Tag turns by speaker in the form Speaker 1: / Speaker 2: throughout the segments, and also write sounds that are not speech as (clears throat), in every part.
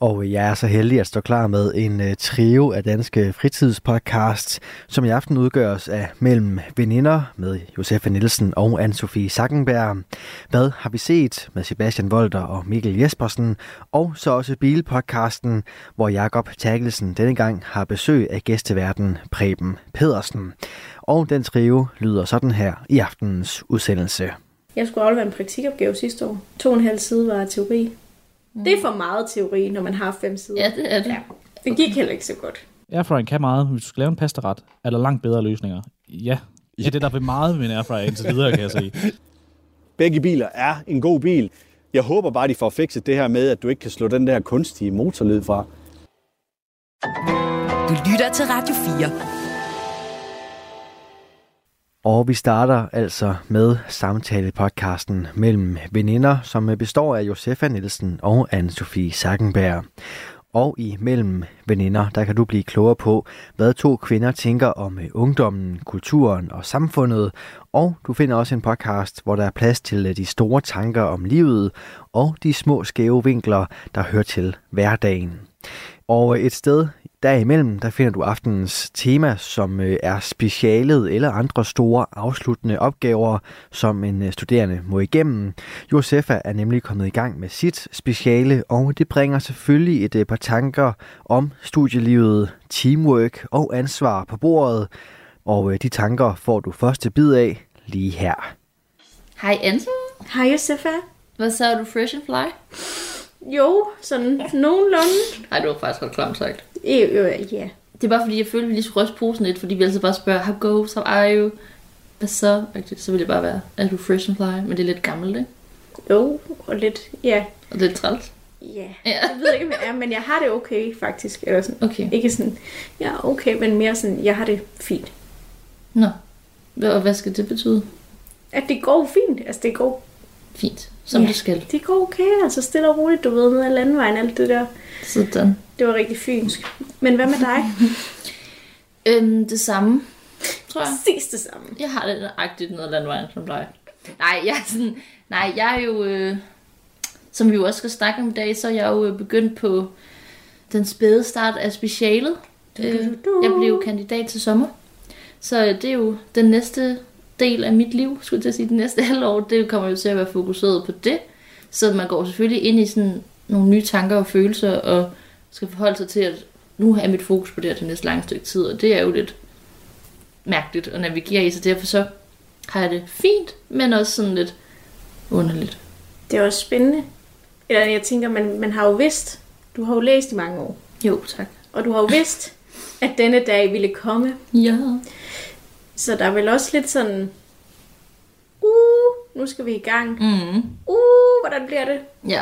Speaker 1: Og jeg er så heldig at stå klar med en øh, trio af danske fritidspodcasts, som i aften udgøres af Mellem Veninder med Josefa Nielsen og Anne-Sophie Sackenberg. Hvad har vi set med Sebastian Volter og Mikkel Jespersen, og så også Bilpodcasten, hvor Jakob Terkelsen denne gang har besøg af gæsteverden Preben Pedersen. Og den trio lyder sådan her i aftenens udsendelse.
Speaker 2: Jeg skulle aflevere en praktikopgave sidste år. To og en halv side var teori. Mm. Det er for meget teori, når man har fem sider.
Speaker 3: Ja, det er det.
Speaker 2: Ja. Det gik heller ikke så godt.
Speaker 4: Airfryeren kan meget, men hvis du skal lave en pastaret, er der langt bedre løsninger. Ja, det er det, der vil meget med en airfryer indtil videre, kan jeg
Speaker 5: (laughs)
Speaker 4: sige.
Speaker 6: Begge biler er en god bil. Jeg håber bare, de får fikset det her med, at du ikke kan slå den der kunstige motorlyd fra.
Speaker 7: Du lytter til Radio 4.
Speaker 1: Og vi starter altså med samtalepodcasten mellem veninder, som består af Josefa Nielsen og Anne-Sophie Sackenberg. Og i mellem veninder, der kan du blive klogere på, hvad to kvinder tænker om øh, ungdommen, kulturen og samfundet. Og du finder også en podcast, hvor der er plads til øh, de store tanker om livet og de små skæve vinkler, der hører til hverdagen. Og øh, et sted derimellem, der finder du aftenens tema, som øh, er specialet eller andre store afsluttende opgaver, som en øh, studerende må igennem. Josefa er nemlig kommet i gang med sit speciale, og det bringer selvfølgelig et øh, par tanker om studielivet, teamwork og ansvar på bordet. Og øh, de tanker får du første bid af lige her.
Speaker 3: Hej Anton.
Speaker 2: Hej Josefa.
Speaker 3: Hvad så, er du fresh and fly?
Speaker 2: Jo, sådan nogenlunde.
Speaker 3: Nej, det var faktisk ret klamt sagt.
Speaker 2: Øh, øh, ja.
Speaker 3: Det er bare fordi, jeg følte, at vi lige skulle ryste posen lidt, fordi vi altid bare spørger, how goes, how are you? Hvad så? Rigtigt, Så vil det bare være, er du fresh and fly? Men det er lidt gammelt, ikke?
Speaker 2: Jo, og lidt, ja.
Speaker 3: Og lidt træls.
Speaker 2: Ja,
Speaker 3: Ja.
Speaker 2: jeg ved ikke, hvad jeg er, men jeg har det okay, faktisk. Eller sådan.
Speaker 3: Okay.
Speaker 2: Ikke sådan, ja, okay, men mere sådan, jeg har det fint.
Speaker 3: Nå. Hvad- Og hvad skal det betyde?
Speaker 2: At det går fint, altså det går,
Speaker 3: Fint. Som
Speaker 2: Ja.
Speaker 3: yeah. det skal.
Speaker 2: det går okay, altså stille og roligt, du ved, ned ad landvejen, alt det der.
Speaker 3: Sådan.
Speaker 2: Det var rigtig fynsk. Men hvad med
Speaker 3: (laughs)
Speaker 2: dig?
Speaker 3: Øhm, det samme, tror jeg.
Speaker 2: Præcis det samme.
Speaker 3: Jeg har det nøjagtigt noget landvejen som dig. Nej, jeg er, sådan, nej, jeg er jo, øh, som vi jo også skal snakke om i dag, så er jeg jo øh, begyndt på den spæde start af specialet. Øh, jeg blev jo kandidat til sommer. Så øh, det er jo den næste del af mit liv, skulle jeg til at sige, det næste (laughs) halve år, det kommer jo til at være fokuseret på det. Så man går selvfølgelig ind i sådan nogle nye tanker og følelser, og skal forholde sig til, at nu er mit fokus på det her det næste lange stykke tid, og det er jo lidt mærkeligt at navigere i, så derfor så har jeg det fint, men også sådan lidt underligt.
Speaker 2: Det er også spændende. Eller jeg tænker, man, man har jo vidst, du har jo læst i mange år,
Speaker 3: Jo, tak.
Speaker 2: og du har jo vidst, at denne dag ville komme.
Speaker 3: Ja.
Speaker 2: Så der er vel også lidt sådan, uh, nu skal vi i gang.
Speaker 3: Mm.
Speaker 2: Uh, hvordan bliver det? Uh."
Speaker 3: Ja.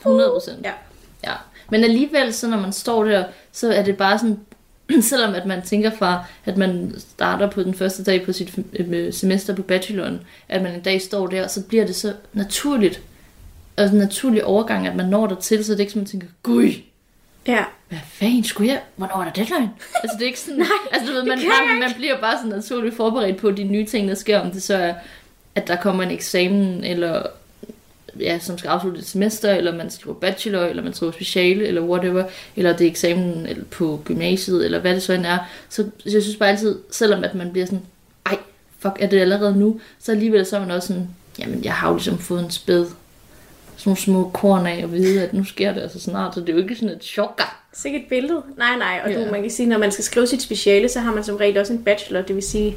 Speaker 3: 100 procent.
Speaker 2: Ja.
Speaker 3: Ja, men alligevel, så når man står der, så er det bare sådan, (clears throat) selvom at man tænker fra, at man starter på den første dag på sit øh, semester på bacheloren, at man en dag står der, så bliver det så naturligt, og en naturlig overgang, at man når dertil, så det er ikke som man tænker, gud,
Speaker 2: Ja,
Speaker 3: hvad fanden skulle jeg, hvornår er der deadline? Altså det er ikke
Speaker 2: (laughs)
Speaker 3: sådan,
Speaker 2: Nej,
Speaker 3: altså du ved,
Speaker 2: det
Speaker 3: man,
Speaker 2: kan jeg
Speaker 3: man,
Speaker 2: ikke.
Speaker 3: man bliver bare sådan naturligt forberedt på de nye ting, der sker, om det så er, at der kommer en eksamen, eller ja, som skal afslutte et semester, eller man skriver bachelor, eller man skriver speciale, eller whatever, eller det er eksamen eller på gymnasiet, eller hvad det så end er. Så jeg synes bare altid, selvom at man bliver sådan, ej, fuck, er det allerede nu? Så alligevel så er man også sådan, jamen jeg har jo ligesom fået en spæd, sådan nogle små korn af at vide, at nu sker det altså snart, så det er jo ikke sådan et chokker.
Speaker 2: sikkert et billede. Nej, nej, og
Speaker 3: Ja.
Speaker 2: du, man kan sige, når man skal skrive sit speciale, så har man som regel også en bachelor, det vil sige,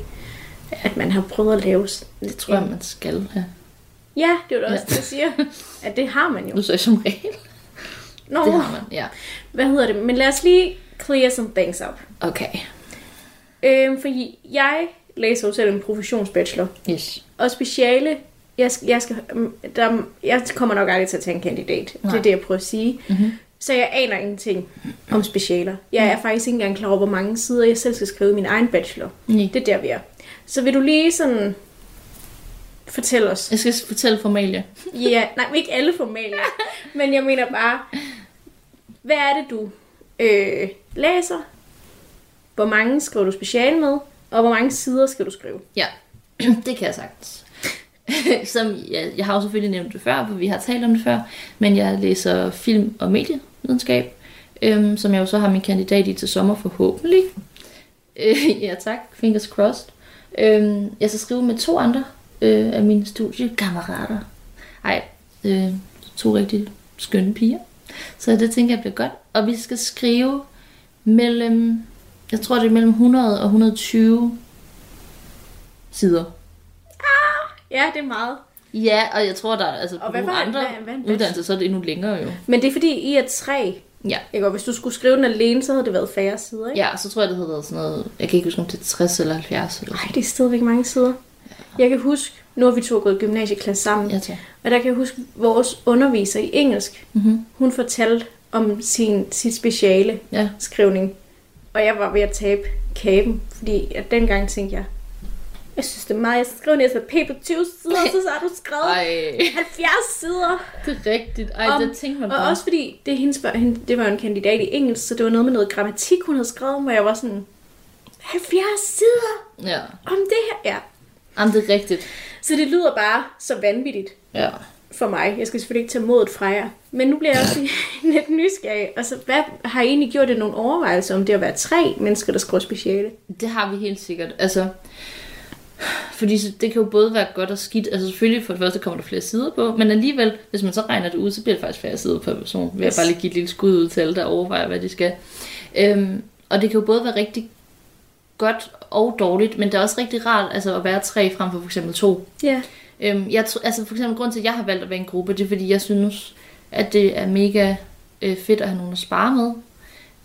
Speaker 2: at man har prøvet at lave... s-
Speaker 3: Det tror jeg, man skal have.
Speaker 2: Ja, det er jo da også
Speaker 3: Ja.
Speaker 2: det, jeg
Speaker 3: (laughs)
Speaker 2: siger, at det har man jo.
Speaker 3: Nu så jeg som regel.
Speaker 2: Nå,
Speaker 3: Det har man, ja.
Speaker 2: hvad hedder det? Men lad os lige clear some things up.
Speaker 3: Okay.
Speaker 2: Øhm, fordi jeg læser jo selv en professionsbachelor.
Speaker 3: Yes.
Speaker 2: Og speciale, jeg, skal- jeg, skal, øhm, der, jeg kommer nok aldrig til at tage en kandidat. Nej. Det
Speaker 3: Nej.
Speaker 2: er det, jeg prøver at sige. Mm-hmm. Så jeg aner ingenting om specialer. Jeg er faktisk ikke engang klar over, hvor mange sider jeg selv skal skrive i min egen bachelor.
Speaker 3: Nej.
Speaker 2: Det er der, vi er. Så vil du lige sådan fortælle os?
Speaker 3: Jeg skal fortælle formalia.
Speaker 2: (laughs) Ja, nej, men ikke alle formalier. men jeg mener bare, hvad er det, du øh, læser, hvor mange skriver du speciale med, og hvor mange sider skal du skrive.
Speaker 3: Ja, (clears throat) det kan jeg sagtens. (laughs) Som jeg, jeg har jo selvfølgelig nævnt det før, for vi har talt om det før, men jeg læser film- og medievidenskab, øhm, som jeg jo så har min kandidat i til sommer forhåbentlig. (laughs) Øh, ja tak, fingers crossed. Øhm, jeg skal skrive med to andre øh, af mine studiekammerater. Ej, øh, to rigtig skønne piger. Så det tænker jeg bliver godt. Og vi skal skrive mellem, jeg tror det er mellem 100 og 120 sider.
Speaker 2: Ja, det er meget.
Speaker 3: Ja, og jeg tror, der er altså,
Speaker 2: Og
Speaker 3: på
Speaker 2: hvad
Speaker 3: nogle
Speaker 2: var-
Speaker 3: andre
Speaker 2: hvad- hvad er en bachelor?
Speaker 3: uddannelser, så er det endnu længere jo.
Speaker 2: Men det er fordi, I er tre.
Speaker 3: Ja.
Speaker 2: Ikke? Og hvis du skulle skrive den alene, så havde det været færre sider, ikke?
Speaker 3: ja, så tror jeg, det havde været sådan noget, jeg kan ikke huske, om det er 60 eller 70 eller
Speaker 2: Ej,
Speaker 3: sådan
Speaker 2: det er stadigvæk mange sider. Jeg kan huske, nu har vi to gået i gymnasieklasse sammen,
Speaker 3: noget. Ja, tak.
Speaker 2: og der kan jeg huske vores underviser i engelsk.
Speaker 3: Mhm.
Speaker 2: Mm-hmm. Hun fortalte om sin, sit speciale
Speaker 3: Ja.
Speaker 2: skrivning, og jeg var ved at tabe kaben, fordi at dengang tænkte jeg, jeg synes det er meget, jeg skrev en SVP på 20
Speaker 3: (laughs)
Speaker 2: sider, så, så har du skrevet
Speaker 3: Ej,
Speaker 2: 70 sider.
Speaker 3: det er rigtigt. Ej,
Speaker 2: Om-
Speaker 3: det tænkte man
Speaker 2: Og
Speaker 3: bare.
Speaker 2: også fordi, det, er hendes, børn- hende, det var jo en kandidat i engelsk, så det var noget med noget grammatik, hun havde skrevet, hvor jeg var sådan, 70 sider
Speaker 3: Ja.
Speaker 2: om det her. Ja.
Speaker 3: Jamen, det er rigtigt.
Speaker 2: Så det lyder bare så vanvittigt
Speaker 3: Ja.
Speaker 2: for mig. Jeg skal selvfølgelig ikke tage modet fra jer. Men nu bliver jeg også (laughs) lidt nysgerrig. Altså, hvad har I egentlig gjort jer nogle overvejelser om det at være tre mennesker, der skriver speciale?
Speaker 3: Det har vi helt sikkert. Altså, fordi så- det kan jo både være godt og skidt. Altså selvfølgelig for det første kommer der flere sider på, men alligevel, hvis man så regner det ud, så bliver det faktisk færre sider per person. Vil jeg
Speaker 2: Yes.
Speaker 3: bare lige give et lille skud ud til alle, der overvejer, hvad de skal. Øhm, og det kan jo både være rigtig godt og dårligt, men det er også rigtig rart altså, at være tre frem for for eksempel to.
Speaker 2: Ja.
Speaker 3: Øhm, jeg tror, altså for eksempel grund til, at jeg har valgt at være en gruppe, det er fordi, jeg synes, at det er mega øh, fedt at have nogen at spare med.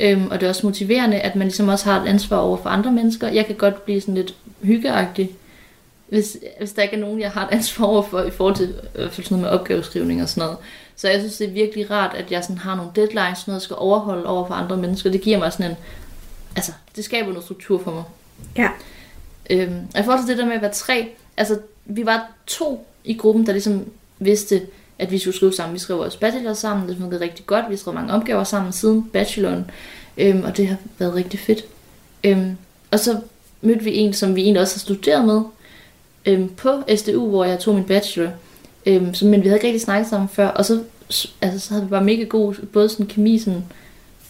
Speaker 3: Øhm, og det er også motiverende, at man ligesom også har et ansvar over for andre mennesker. Jeg kan godt blive sådan lidt hyggeagtig, hvis, hvis der ikke er nogen, jeg har et ansvar over for i forhold til øh, for sådan noget med opgaveskrivning og sådan noget. Så jeg synes, det er virkelig rart, at jeg sådan har nogle deadlines, sådan noget, jeg skal overholde over for andre mennesker. Det giver mig sådan en... Altså, det skaber noget struktur for mig.
Speaker 2: Ja.
Speaker 3: Øhm, og i forhold til det der med at være tre, altså vi var to i gruppen, der ligesom vidste, at vi skulle skrive sammen. Vi skrev vores bachelor sammen, det fungerede rigtig godt. Vi skrev mange opgaver sammen siden bacheloren, øhm, og det har været rigtig fedt. Øhm, og så mødte vi en, som vi egentlig også har studeret med øhm, på SDU, hvor jeg tog min bachelor. Øhm, så, men vi havde ikke rigtig snakket sammen før, og så, s- altså, så havde vi bare mega god, både sådan kemi sådan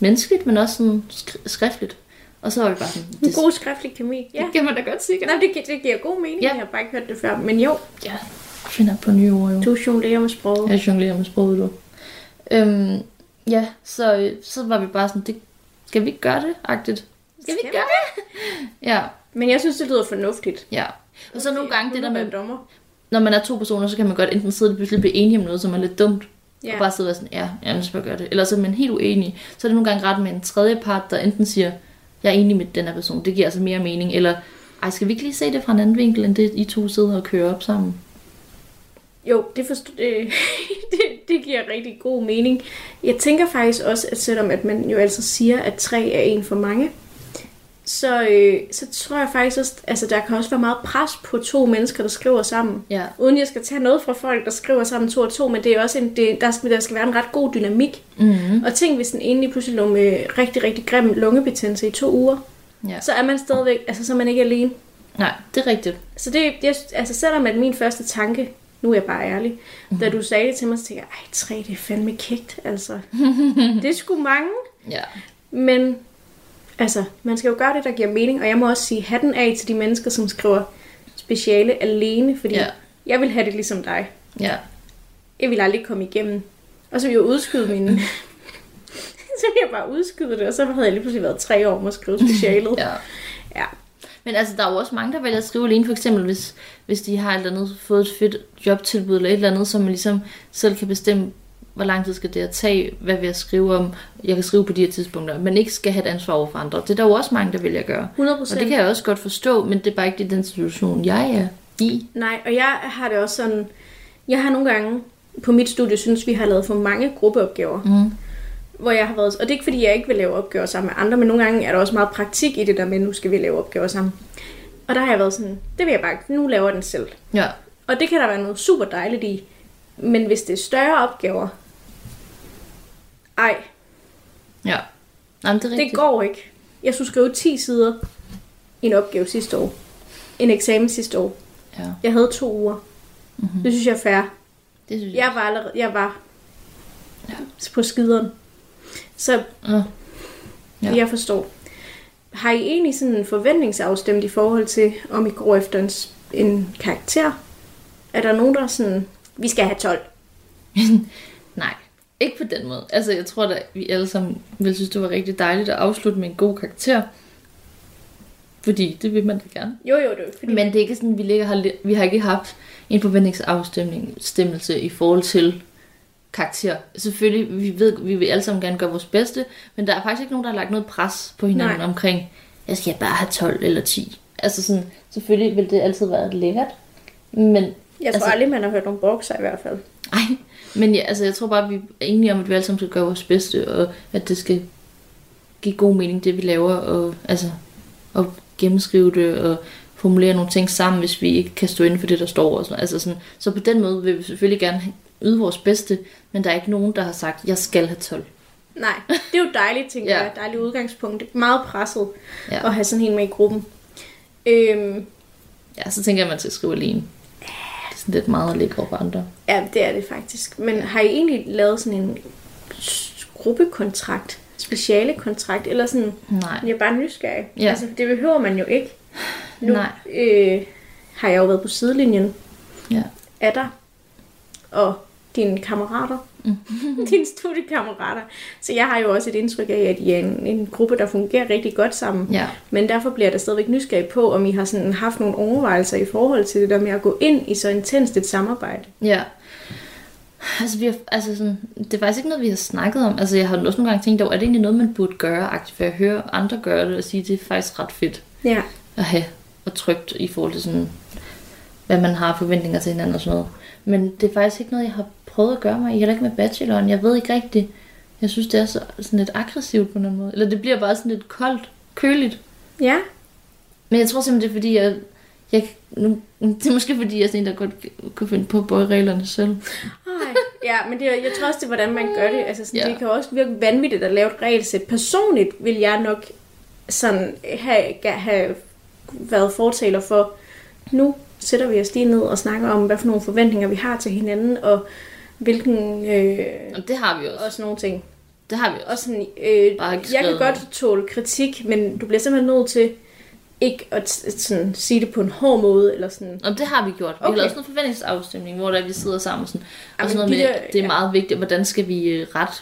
Speaker 3: menneskeligt, men også sådan skri- skriftligt. Og så var vi bare sådan,
Speaker 2: En
Speaker 3: det,
Speaker 2: god skriftlig kemi. Ja.
Speaker 3: det kan man da godt sikkert.
Speaker 2: Nå, det, gi- det giver god mening.
Speaker 3: Ja.
Speaker 2: Jeg har bare ikke hørt det før. Men jo,
Speaker 3: Jeg finder på nye ord, jo.
Speaker 2: du jonglerer med sproget.
Speaker 3: Jeg jonglerer med sproget, du. Øhm, ja, så, øh, så var vi bare sådan, det, skal vi ikke gøre det? Agtigt. Skal vi
Speaker 2: Skal
Speaker 3: ikke gøre det? Ja,
Speaker 2: Men jeg synes, det lyder fornuftigt.
Speaker 3: ja. Og så nogle gange det der med,
Speaker 2: dommer.
Speaker 3: når man er to personer, så kan man godt enten sidde og pludselig blive enige om noget, som er lidt dumt,
Speaker 2: Ja.
Speaker 3: og bare sidde og være sådan, ja, jamen, så skal jeg gøre det. Eller så er man helt uenig. Så er det nogle gange ret med en tredje part, der enten siger, jeg er enig med den her person, det giver altså mere mening, eller ej, skal vi ikke lige se det fra en anden vinkel, end det I to sidder og kører op sammen?
Speaker 2: Jo, det, forstår, (laughs) det, det, det giver rigtig god mening. Jeg tænker faktisk også, at selvom at man jo altid siger, at tre er en for mange, så, øh, så tror jeg faktisk også, altså der kan også være meget pres på to mennesker, der skriver sammen.
Speaker 3: Ja.
Speaker 2: Uden jeg skal tage noget fra folk, der skriver sammen to og to, men det er også en, det, der, skal, der skal være en ret god dynamik. Mm-hmm.
Speaker 3: Mhm.
Speaker 2: Og tænk, hvis den ene lige pludselig lå med rigtig, rigtig grim lungebetændelse i to uger,
Speaker 3: ja.
Speaker 2: så er man stadigvæk, altså så er man ikke alene.
Speaker 3: Nej, det er rigtigt.
Speaker 2: Så det, jeg, altså selvom at min første tanke, nu er jeg bare ærlig,
Speaker 3: Mhm.
Speaker 2: mm. da du sagde det til mig, så tænkte jeg, ej, tre, det er fandme kægt,
Speaker 3: (laughs)
Speaker 2: altså. det er sgu mange,
Speaker 3: Ja.
Speaker 2: men altså, man skal jo gøre det, der giver mening, og jeg må også sige hatten af til de mennesker, som skriver speciale alene, fordi
Speaker 3: Ja.
Speaker 2: ja. jeg vil have det ligesom dig.
Speaker 3: Ja.
Speaker 2: Jeg vil aldrig komme igennem. Og så ville jeg udskyde mine... (laughs) så ville jeg bare udskyde det, og så havde jeg lige pludselig været tre år om at skrive specialet.
Speaker 3: Ja.
Speaker 2: ja.
Speaker 3: Men altså, der er jo også mange, der vælger at skrive alene, for eksempel hvis, hvis de har et eller andet, fået et fedt jobtilbud eller et eller andet, som man ligesom selv kan bestemme, hvor lang tid skal det at tage, hvad vil jeg skrive om, jeg kan skrive på de her tidspunkter, men ikke skal have et ansvar over for andre. Det er der jo også mange, der vælger at gøre.
Speaker 2: 100
Speaker 3: Og det kan jeg også godt forstå, men det er bare ikke lige den situation, jeg er i.
Speaker 2: Nej, og jeg har det også sådan, jeg har nogle gange på mit studie synes, vi har lavet for mange gruppeopgaver. Mm. Hvor jeg har været, og det er ikke fordi, jeg ikke vil lave opgaver sammen med andre, men nogle gange er der også meget praktik i det der med, nu skal vi lave opgaver sammen. Og der har jeg været sådan, det vil jeg bare ikke, nu laver jeg den selv.
Speaker 3: Ja.
Speaker 2: Og det kan der være noget super dejligt i. Men hvis det er større opgaver, ej,
Speaker 3: Ja. Nej, men det er rigtigt.
Speaker 2: Det går ikke. Jeg skulle skrive 10 sider i en opgave sidste år. En eksamen sidste år.
Speaker 3: Ja, Mhm.
Speaker 2: Jeg havde to uger. Mm-hmm. Det synes jeg er fair.
Speaker 3: det synes jeg.
Speaker 2: Jeg var allerede, jeg var på skideren. Så
Speaker 3: Ja. Ja.
Speaker 2: ja. jeg forstår. Har I egentlig sådan en forventningsafstemt i forhold til, om I går efter en, s- en karakter? Er der nogen, der er sådan, vi skal have 12?
Speaker 3: Nej, ikke på den måde. Altså, jeg tror da, vi alle sammen ville synes, det var rigtig dejligt at afslutte med en god karakter. Fordi det vil man da gerne.
Speaker 2: Jo, jo, det er jo fordi...
Speaker 3: Men det er ikke sådan, vi, ligger, har, vi har ikke haft en forventningsafstemmelse i forhold til karakter. Selvfølgelig, vi ved, vi vil alle sammen gerne gøre vores bedste, men der er faktisk ikke nogen, der har lagt noget pres på hinanden Nej.
Speaker 2: Nej.
Speaker 3: omkring, jeg skal bare have 12 eller 10. Altså sådan, selvfølgelig vil det altid være lækkert, men
Speaker 2: Jeg tror
Speaker 3: altså-
Speaker 2: altså... aldrig, man har hørt nogen brokke sig i hvert fald.
Speaker 3: ej, men ja, altså, jeg tror bare, vi er enige om, at vi alle sammen skal gøre vores bedste, og at det skal give god mening, det vi laver, og altså, og gennemskrive det, og formulere nogle ting sammen, hvis vi ikke kan stå inden for det, der står. Og sådan, noget. altså sådan, så på den måde vil vi selvfølgelig gerne yde vores bedste, men der er ikke nogen, der har sagt, jeg skal have 12.
Speaker 2: Nej, det er jo dejligt, tænker
Speaker 3: Ja.
Speaker 2: ja. jeg. Dejligt udgangspunkt. Meget presset
Speaker 3: Ja.
Speaker 2: ja. at have sådan en med i gruppen. Øhm,
Speaker 3: Ja, så tænker jeg, at man skal skrive alene. Det er sådan lidt meget at lægge over på andre.
Speaker 2: ja, det er det faktisk. Men har I egentlig lavet sådan en s- gruppekontrakt? Specialekontrakt? Eller sådan...
Speaker 3: Nej.
Speaker 2: Jeg er bare nysgerrig.
Speaker 3: Ja.
Speaker 2: Ja. Altså, det behøver man jo ikke. Nu
Speaker 3: Nej.
Speaker 2: Øh, har jeg jo været på sidelinjen
Speaker 3: Ja.
Speaker 2: af dig og dine kammerater. (laughs) dine studiekammerater. Så jeg har jo også et indtryk af, at I er en, en gruppe, der fungerer rigtig godt sammen.
Speaker 3: Ja.
Speaker 2: Men derfor bliver der stadigvæk nysgerrig på, om I har sådan haft nogle overvejelser i forhold til det der med at gå ind i så intenst et samarbejde.
Speaker 3: Ja. Altså, vi har, altså sådan, det er faktisk ikke noget, vi har snakket om. Altså, jeg har også nogle gange tænkt over, er det egentlig noget, man burde gøre? aktivt? For jeg hører andre gøre det og sige, det er faktisk ret fedt
Speaker 2: Ja.
Speaker 3: at have og trygt i forhold til sådan, hvad man har af forventninger til hinanden og sådan noget. Men det er faktisk ikke noget, jeg har prøvet at gøre mig i, heller ikke med bacheloren. Jeg ved ikke rigtigt. Jeg synes, det er så, sådan lidt aggressivt på en eller anden måde. Eller det bliver bare sådan lidt koldt, køligt.
Speaker 2: Ja.
Speaker 3: Men jeg tror simpelthen, det er fordi, jeg, jeg nu, det er måske fordi, jeg er sådan en, der godt kunne finde på at bøje reglerne selv.
Speaker 2: Ej. Ja, men det, er- jeg tror også, det er, hvordan man gør det. Altså, sådan,
Speaker 3: Ja.
Speaker 2: ja. Det kan også virke vanvittigt at lave et regelsæt. Personligt vil jeg nok sådan have, ga- have været fortaler for, nu sætter vi os lige ned og snakker om, hvad for nogle forventninger vi har til hinanden, og hvilken... Øh,
Speaker 3: Jamen, det har vi også.
Speaker 2: og sådan nogle ting.
Speaker 3: Det har vi
Speaker 2: Og
Speaker 3: også.
Speaker 2: sådan, øh,
Speaker 3: Bare ikke
Speaker 2: jeg kan
Speaker 3: skrevet
Speaker 2: godt tåle kritik, men du bliver simpelthen nødt til ikke at t- sådan, sige det på en hård måde, eller sådan.
Speaker 3: Og det har vi gjort. Okay. Vi har
Speaker 2: Okay.
Speaker 3: lavet sådan en forventningsafstemning, hvor der vi sidder sammen. Sådan, og
Speaker 2: Jamen,
Speaker 3: sådan noget
Speaker 2: de
Speaker 3: med,
Speaker 2: der-
Speaker 3: at det er
Speaker 2: ja.
Speaker 3: meget vigtigt, hvordan skal vi øh, rette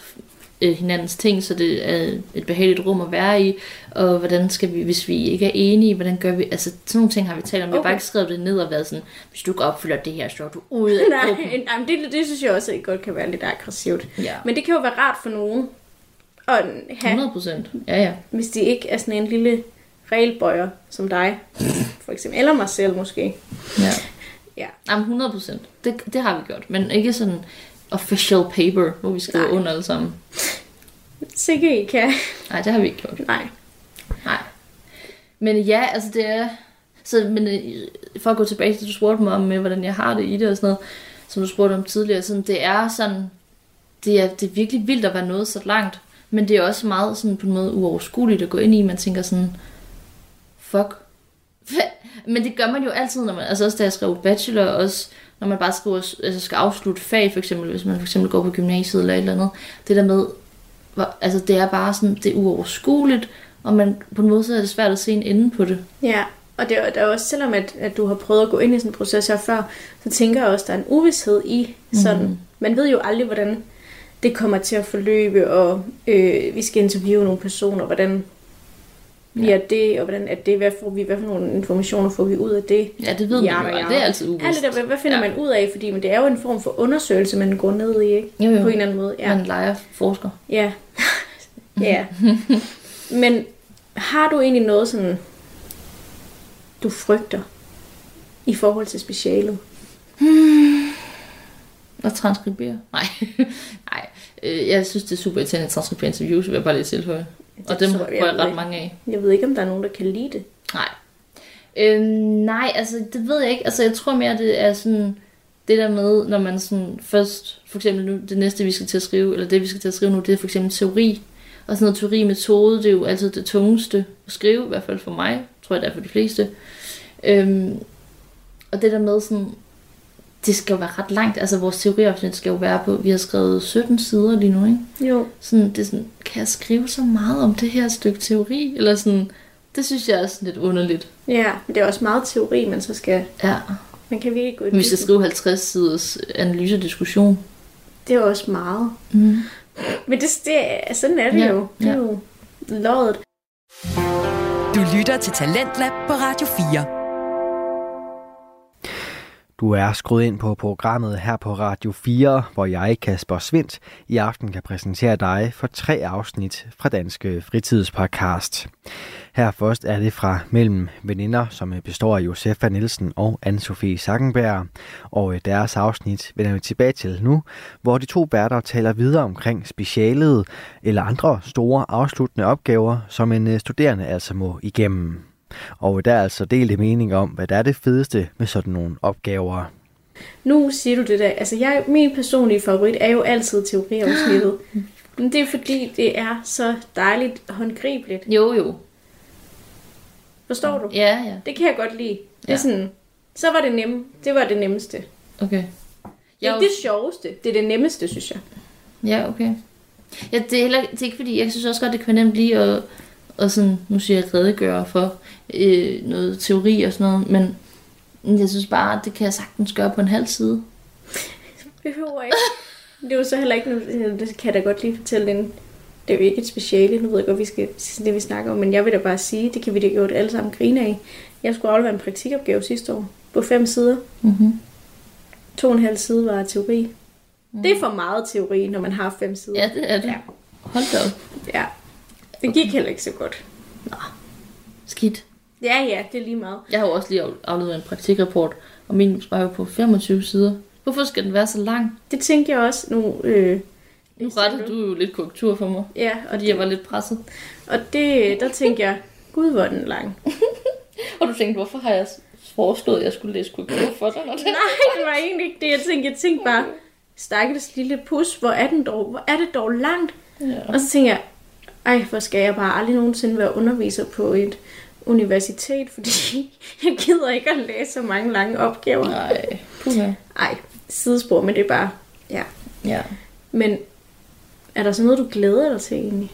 Speaker 3: øh, hinandens ting, så det er et behageligt rum at være i, og hvordan skal vi, hvis vi ikke er enige, hvordan gør vi, altså sådan nogle ting har vi talt om, vi har
Speaker 2: Okay.
Speaker 3: bare ikke skrevet det ned og været sådan, hvis du ikke opfylder det her, så er du ude af
Speaker 2: (laughs) Nej,
Speaker 3: gruppen.
Speaker 2: nej men det, det synes jeg også at godt kan være lidt aggressivt.
Speaker 3: Ja.
Speaker 2: Men det kan jo være rart for nogen, at have,
Speaker 3: 100 procent. Ja, ja.
Speaker 2: hvis de ikke er sådan en lille regelbøjer som dig, for eksempel, eller mig selv måske.
Speaker 3: ja.
Speaker 2: Ja.
Speaker 3: Jamen 100 procent. Det, det har vi gjort, men ikke sådan official paper, hvor vi skriver
Speaker 2: Nej.
Speaker 3: under alle sammen.
Speaker 2: Sikke I kan. (laughs)
Speaker 3: Nej, det har vi ikke gjort.
Speaker 2: Nej.
Speaker 3: Nej. Men ja, altså det er... Så, men øh, for at gå tilbage til, du spurgte mig om, med, hvordan jeg har det i det og sådan noget, som du spurgte om tidligere, sådan, det er sådan... Det er, det er virkelig vildt at være nået så langt, men det er også meget sådan på en måde uoverskueligt at gå ind i. Man tænker sådan, fuck. Hva- (laughs) Men det gør man jo altid, når man, altså også da jeg skrev bachelor, også når man bare skriver, altså skal afslutte fag, for eksempel, hvis man for eksempel går på gymnasiet eller et eller andet. Det der med, hvor, altså det er bare sådan, det er uoverskueligt, og man, på en måde så er det svært at se en ende på det.
Speaker 2: Ja, og det er, der er også, selvom at, at du har prøvet at gå ind i sådan en proces her før, så tænker jeg også, at der er en uvidshed i sådan.
Speaker 3: Mhm.
Speaker 2: Mm. Man ved jo aldrig, hvordan det kommer til at forløbe, og øh, vi skal interviewe nogle personer, hvordan bliver ja. det, og hvordan er det, hvad får vi, hvad for nogle informationer får vi ud af det?
Speaker 3: Ja, det ved man jo
Speaker 2: og
Speaker 3: aldrig. Det er altid uvist.
Speaker 2: Alt det der, hvad, hvad finder
Speaker 3: Ja.
Speaker 2: ja. man ud af? Fordi men det er jo en form for undersøgelse, man går ned i, ikke?
Speaker 3: Jo, jo.
Speaker 2: På en eller anden måde. Ja.
Speaker 3: Ja. Man leger forsker.
Speaker 2: Ja. (laughs) ja. Men har du egentlig noget sådan, du frygter i forhold til specialet?
Speaker 3: Og transkribere. Nej. (laughs) Nej. Øh, Jeg synes, det er super irriterende at transkribere interviews, vil jeg bare lige tilføje. Og dem
Speaker 2: tror
Speaker 3: får
Speaker 2: jeg,
Speaker 3: jeg
Speaker 2: jeg
Speaker 3: ret
Speaker 2: ved.
Speaker 3: mange af.
Speaker 2: Jeg ved ikke, om der er nogen, der kan lide det.
Speaker 3: Nej. Øhm, nej, altså det ved jeg ikke. Altså jeg tror mere, det er sådan det der med, når man sådan først, for eksempel nu, det næste vi skal til at skrive, eller det vi skal til at skrive nu, det er for eksempel teori. Og sådan noget teori-metode, det er jo altid det tungeste at skrive, i hvert fald for mig, tror jeg det er for de fleste. Øhm, og det der med sådan, det skal jo være ret langt, altså vores teoriafsnit skal jo være på, vi har skrevet 17 sider lige nu, ikke?
Speaker 2: Jo.
Speaker 3: Sådan, det er sådan, kan jeg skrive så meget om det her stykke teori? Eller sådan, det synes jeg er sådan lidt underligt.
Speaker 2: Ja, men det er også meget teori, man så skal...
Speaker 3: Ja.
Speaker 2: Man kan virkelig gå i
Speaker 3: Men vi skal
Speaker 2: dybden.
Speaker 3: skrive 50 siders analyse og diskussion.
Speaker 2: Det er også meget.
Speaker 3: Mm.
Speaker 2: Men det, det, er- sådan er det
Speaker 3: Ja,
Speaker 2: jo. Det er
Speaker 3: ja.
Speaker 2: jo loddet.
Speaker 7: Du lytter til Talentlab på Radio 4.
Speaker 1: Du er skruet ind på programmet her på Radio 4, hvor jeg, Kasper Svindt, i aften kan præsentere dig for tre afsnit fra Danske Fritidspodcast. Her først er det fra Mellem Veninder, som øh, består af Josefa Nielsen og Anne-Sophie Sackenberg. Og øh, deres afsnit vender vi tilbage til nu, hvor de to værter taler videre omkring specialet eller andre store afsluttende opgaver, som en øh, studerende altså må igennem. Og der er altså delte mening om, hvad der er det fedeste med sådan nogle opgaver.
Speaker 2: Nu siger du det der. Altså, jeg, min personlige favorit er jo altid
Speaker 3: (gasps)
Speaker 2: teoriafsnittet. Men det er fordi, det er så dejligt håndgribeligt.
Speaker 3: Jo, jo.
Speaker 2: Forstår du?
Speaker 3: Ja, ja.
Speaker 2: Det kan jeg godt lide. Det er
Speaker 3: Ja.
Speaker 2: sådan, så var det nemme. Det var det nemmeste. Det
Speaker 3: Okay.
Speaker 2: er
Speaker 3: Jeg,
Speaker 2: ikke det sjoveste. Det er det nemmeste, synes jeg.
Speaker 3: ja, okay. Ja, det er, heller, det er ikke fordi, jeg synes også godt, det kan være nemt lige at, at sådan, nu siger jeg redegøre for øh, noget teori og sådan noget, men jeg synes bare, at det kan jeg sagtens gøre på en halv side.
Speaker 2: Behøver ikke. (laughs) Det er jo så heller ikke noget, det kan jeg da godt lige fortælle en. Det er jo ikke et speciale, nu ved jeg godt, vi skal det vi snakker om, men jeg vil da bare sige, det kan vi da gjort alle sammen grine af. Jeg skulle aflevere en praktikopgave sidste år på fem sider.
Speaker 3: Mm-hmm.
Speaker 2: To og en halv side var teori. Mm. Det er for meget teori, når man har fem sider.
Speaker 3: Ja, det er det.
Speaker 2: Ja.
Speaker 3: Hold da op.
Speaker 2: ja. Det gik heller ikke så godt.
Speaker 3: Skidt.
Speaker 2: Ja, ja, det er lige meget.
Speaker 3: Jeg har jo også lige afleveret en praktikrapport, og min var jo på 25 sider. Hvorfor skal den være så lang?
Speaker 2: Det tænkte jeg også nu. Øh,
Speaker 3: Nu rettede du jo lidt korrektur for mig,
Speaker 2: Ja, og,
Speaker 3: fordi jeg var lidt presset.
Speaker 2: og det, der tænkte jeg, gud hvor er den
Speaker 3: (laughs)
Speaker 2: lang.
Speaker 3: Og du tænkte, hvorfor har jeg foreslået, at jeg skulle læse korrektur for dig? Når det...
Speaker 2: Nej, det var egentlig ikke det, jeg tænkte. Jeg tænkte bare, stakkels lille pus, hvor er, den dog, hvor er det dog langt?
Speaker 3: Ja.
Speaker 2: Og så tænkte jeg, ej, hvor skal jeg bare aldrig nogensinde være underviser på et universitet, fordi (laughs) jeg gider ikke at læse så mange lange opgaver.
Speaker 3: Nej, puha.
Speaker 2: Ej, sidespor, men det er bare, ja.
Speaker 3: Ja.
Speaker 2: Men er der så noget, du glæder dig til egentlig?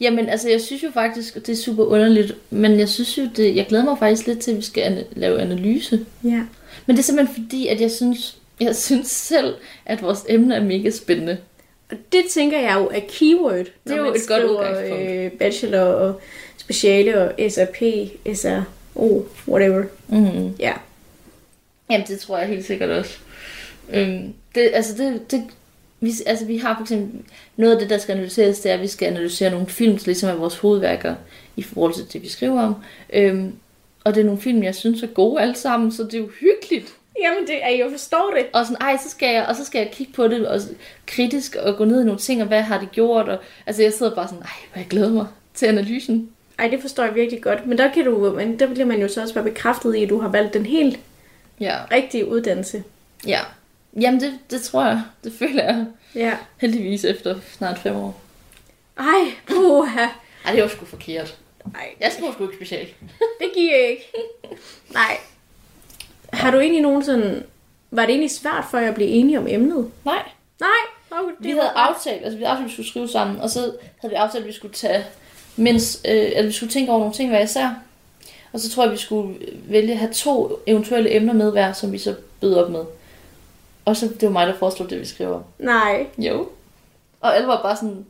Speaker 3: Jamen, altså, jeg synes jo faktisk, at det er super underligt, men jeg synes jo, det, jeg glæder mig faktisk lidt til, at vi skal ana- lave analyse.
Speaker 2: Ja.
Speaker 3: Men det er simpelthen fordi, at jeg synes, jeg synes selv, at vores emne er mega spændende.
Speaker 2: Og det tænker jeg jo er keyword. når
Speaker 3: er jo
Speaker 2: man
Speaker 3: et godt
Speaker 2: skriver,
Speaker 3: udgangspunkt.
Speaker 2: Øh, bachelor og speciale og SRP, SRO, whatever.
Speaker 3: Mm.
Speaker 2: Ja.
Speaker 3: Jamen, det tror jeg helt sikkert også. Øhm, det, altså, det, det, vi, altså, vi har for eksempel... Noget af det, der skal analyseres, det er, at vi skal analysere nogle film, som ligesom er vores hovedværker i forhold til det, vi skriver om. Øhm, og det er nogle film, jeg synes er gode alle sammen, så det er jo hyggeligt.
Speaker 2: Jamen, det er, jeg forstår det.
Speaker 3: Og sådan, ej, så skal jeg, og så skal jeg kigge på det og s- kritisk og gå ned i nogle ting, og hvad har det gjort? Og, altså, jeg sidder bare sådan, ej, hvor jeg glæder mig til analysen.
Speaker 2: Ej, det forstår jeg virkelig godt. Men der, kan du, men der bliver man jo så også bare bekræftet i, at du har valgt den helt
Speaker 3: Ja.
Speaker 2: rigtige uddannelse.
Speaker 3: ja. Jamen, det, det tror jeg. Det føler jeg
Speaker 2: Ja.
Speaker 3: heldigvis efter snart fem år.
Speaker 2: Ej, puha.
Speaker 3: Ej, det var sgu forkert.
Speaker 2: Ej,
Speaker 3: Jeg skriver sgu ikke specielt.
Speaker 2: det giver jeg ikke. Nej. Har du egentlig nogen sådan... Var det egentlig svært for jer at blive enige om emnet?
Speaker 3: Nej.
Speaker 2: Nej. Okay, det
Speaker 3: Vi havde
Speaker 2: var-
Speaker 3: aftalt, altså vi havde aftalt, at vi skulle skrive sammen, og så havde vi aftalt, at vi skulle tage, mens, øh, at vi skulle tænke over nogle ting hver især. Og så tror jeg, at vi skulle vælge at have to eventuelle emner med hver, som vi så bød op med. Og så det var mig, der foreslog det, vi skriver.
Speaker 2: Nej.
Speaker 3: Jo. Og alle var bare sådan,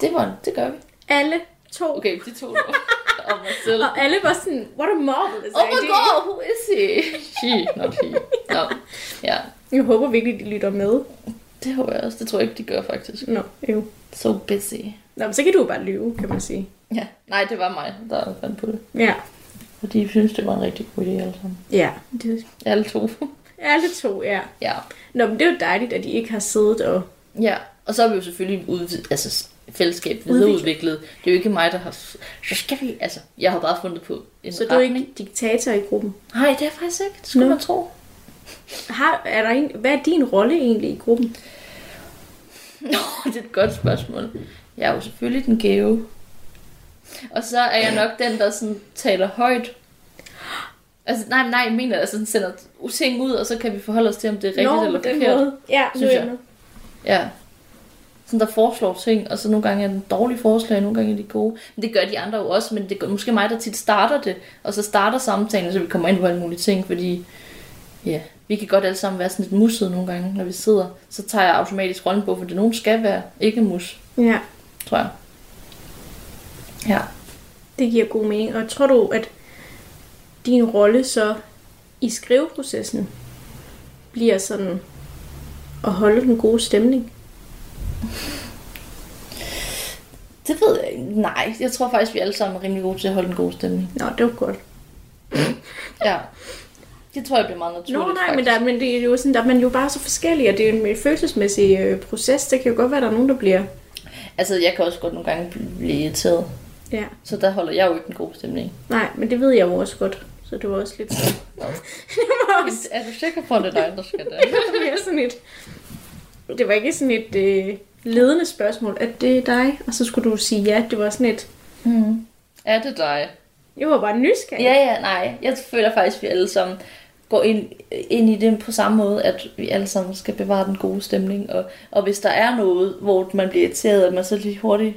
Speaker 3: det var en- det gør vi.
Speaker 2: Alle to.
Speaker 3: Okay, de to (laughs) lå. og mig selv.
Speaker 2: Og alle var sådan, what a marvelous
Speaker 3: Oh my
Speaker 2: idea.
Speaker 3: god, who is he? She, not he. No. Ja,
Speaker 2: Jeg håber virkelig, de lytter med.
Speaker 3: det håber jeg også. Det tror jeg ikke, de gør faktisk.
Speaker 2: Nå, jo.
Speaker 3: So busy.
Speaker 2: Nå, men så kan du jo bare lyve, kan man sige.
Speaker 3: Ja, nej, det var mig, der fandt på det.
Speaker 2: Ja.
Speaker 3: Og de synes, det var en rigtig god idé alle sammen.
Speaker 2: Ja. Det,
Speaker 3: Alle to. (laughs)
Speaker 2: alle to, ja.
Speaker 3: ja.
Speaker 2: Nå, men det er jo dejligt, at I ikke har siddet og...
Speaker 3: Ja, og så er vi jo selvfølgelig ud, altså, s- fællesskab videreudviklet. Det er jo ikke mig, der har... f- Så skal vi... Altså, jeg har bare fundet på en
Speaker 2: Så du er
Speaker 3: retning.
Speaker 2: ikke diktator i gruppen.
Speaker 3: Nej, det er jeg faktisk ikke. Det skulle
Speaker 2: Nå.
Speaker 3: man tro.
Speaker 2: Har, er der en, hvad er din rolle egentlig i gruppen?
Speaker 3: Nå, det er et godt spørgsmål. Jeg er jo selvfølgelig den gave. Og så er jeg nok den, der sådan taler højt. Altså, nej, nej, jeg mener, at sådan sender ting ud, og så kan vi forholde os til, om det er rigtigt
Speaker 2: Nå,
Speaker 3: eller
Speaker 2: på den
Speaker 3: forkert.
Speaker 2: måde. Ja, nu
Speaker 3: synes
Speaker 2: er jeg
Speaker 3: jeg.
Speaker 2: med.
Speaker 3: Ja. Sådan der foreslår ting, og så nogle gange er den dårlige forslag, og nogle gange er de gode. Men det gør de andre jo også, men det er måske mig, der tit starter det, og så starter samtalen, så vi kommer ind på alle mulige ting, fordi ja, vi kan godt alle sammen være sådan lidt musset nogle gange, når vi sidder. Så tager jeg automatisk rollen på, for det nogen skal være ikke mus,
Speaker 2: Ja,
Speaker 3: tror jeg. Ja.
Speaker 2: det giver god mening. Og tror du, at din rolle så i skriveprocessen bliver sådan at holde den gode stemning?
Speaker 3: Det ved jeg ikke. Nej, jeg tror faktisk, vi alle sammen er rimelig gode til at holde en god stemning.
Speaker 2: Nå, det var godt.
Speaker 3: Ja. Det tror jeg bliver meget naturligt.
Speaker 2: Nå, nej,
Speaker 3: faktisk.
Speaker 2: men, der, men det er jo sådan, der er man jo bare så forskellig, og det er jo en følelsesmæssig øh, proces. Det kan jo godt være, at der er nogen, der bliver...
Speaker 3: Altså, jeg kan også godt nogle gange blive irriteret.
Speaker 2: Ja,
Speaker 3: Så der holder jeg jo ikke en god stemning.
Speaker 2: nej, men det ved jeg jo også godt. Så (laughs) det var også lidt sådan.
Speaker 3: Er du sikker på, at det er dig, der skal det?
Speaker 2: Det var mere sådan et... Det var ikke sådan et øh, ledende spørgsmål, at det er dig, og så skulle du sige ja. Det var sådan et...
Speaker 3: (laughs) Er det dig?
Speaker 2: Jeg var bare nysgerrig.
Speaker 3: Ja, ja, nej. Jeg føler faktisk, at vi alle sammen går ind, ind i det på samme måde, at vi alle sammen skal bevare den gode stemning. Og, og hvis der er noget, hvor man bliver irriteret, at man så lige hurtigt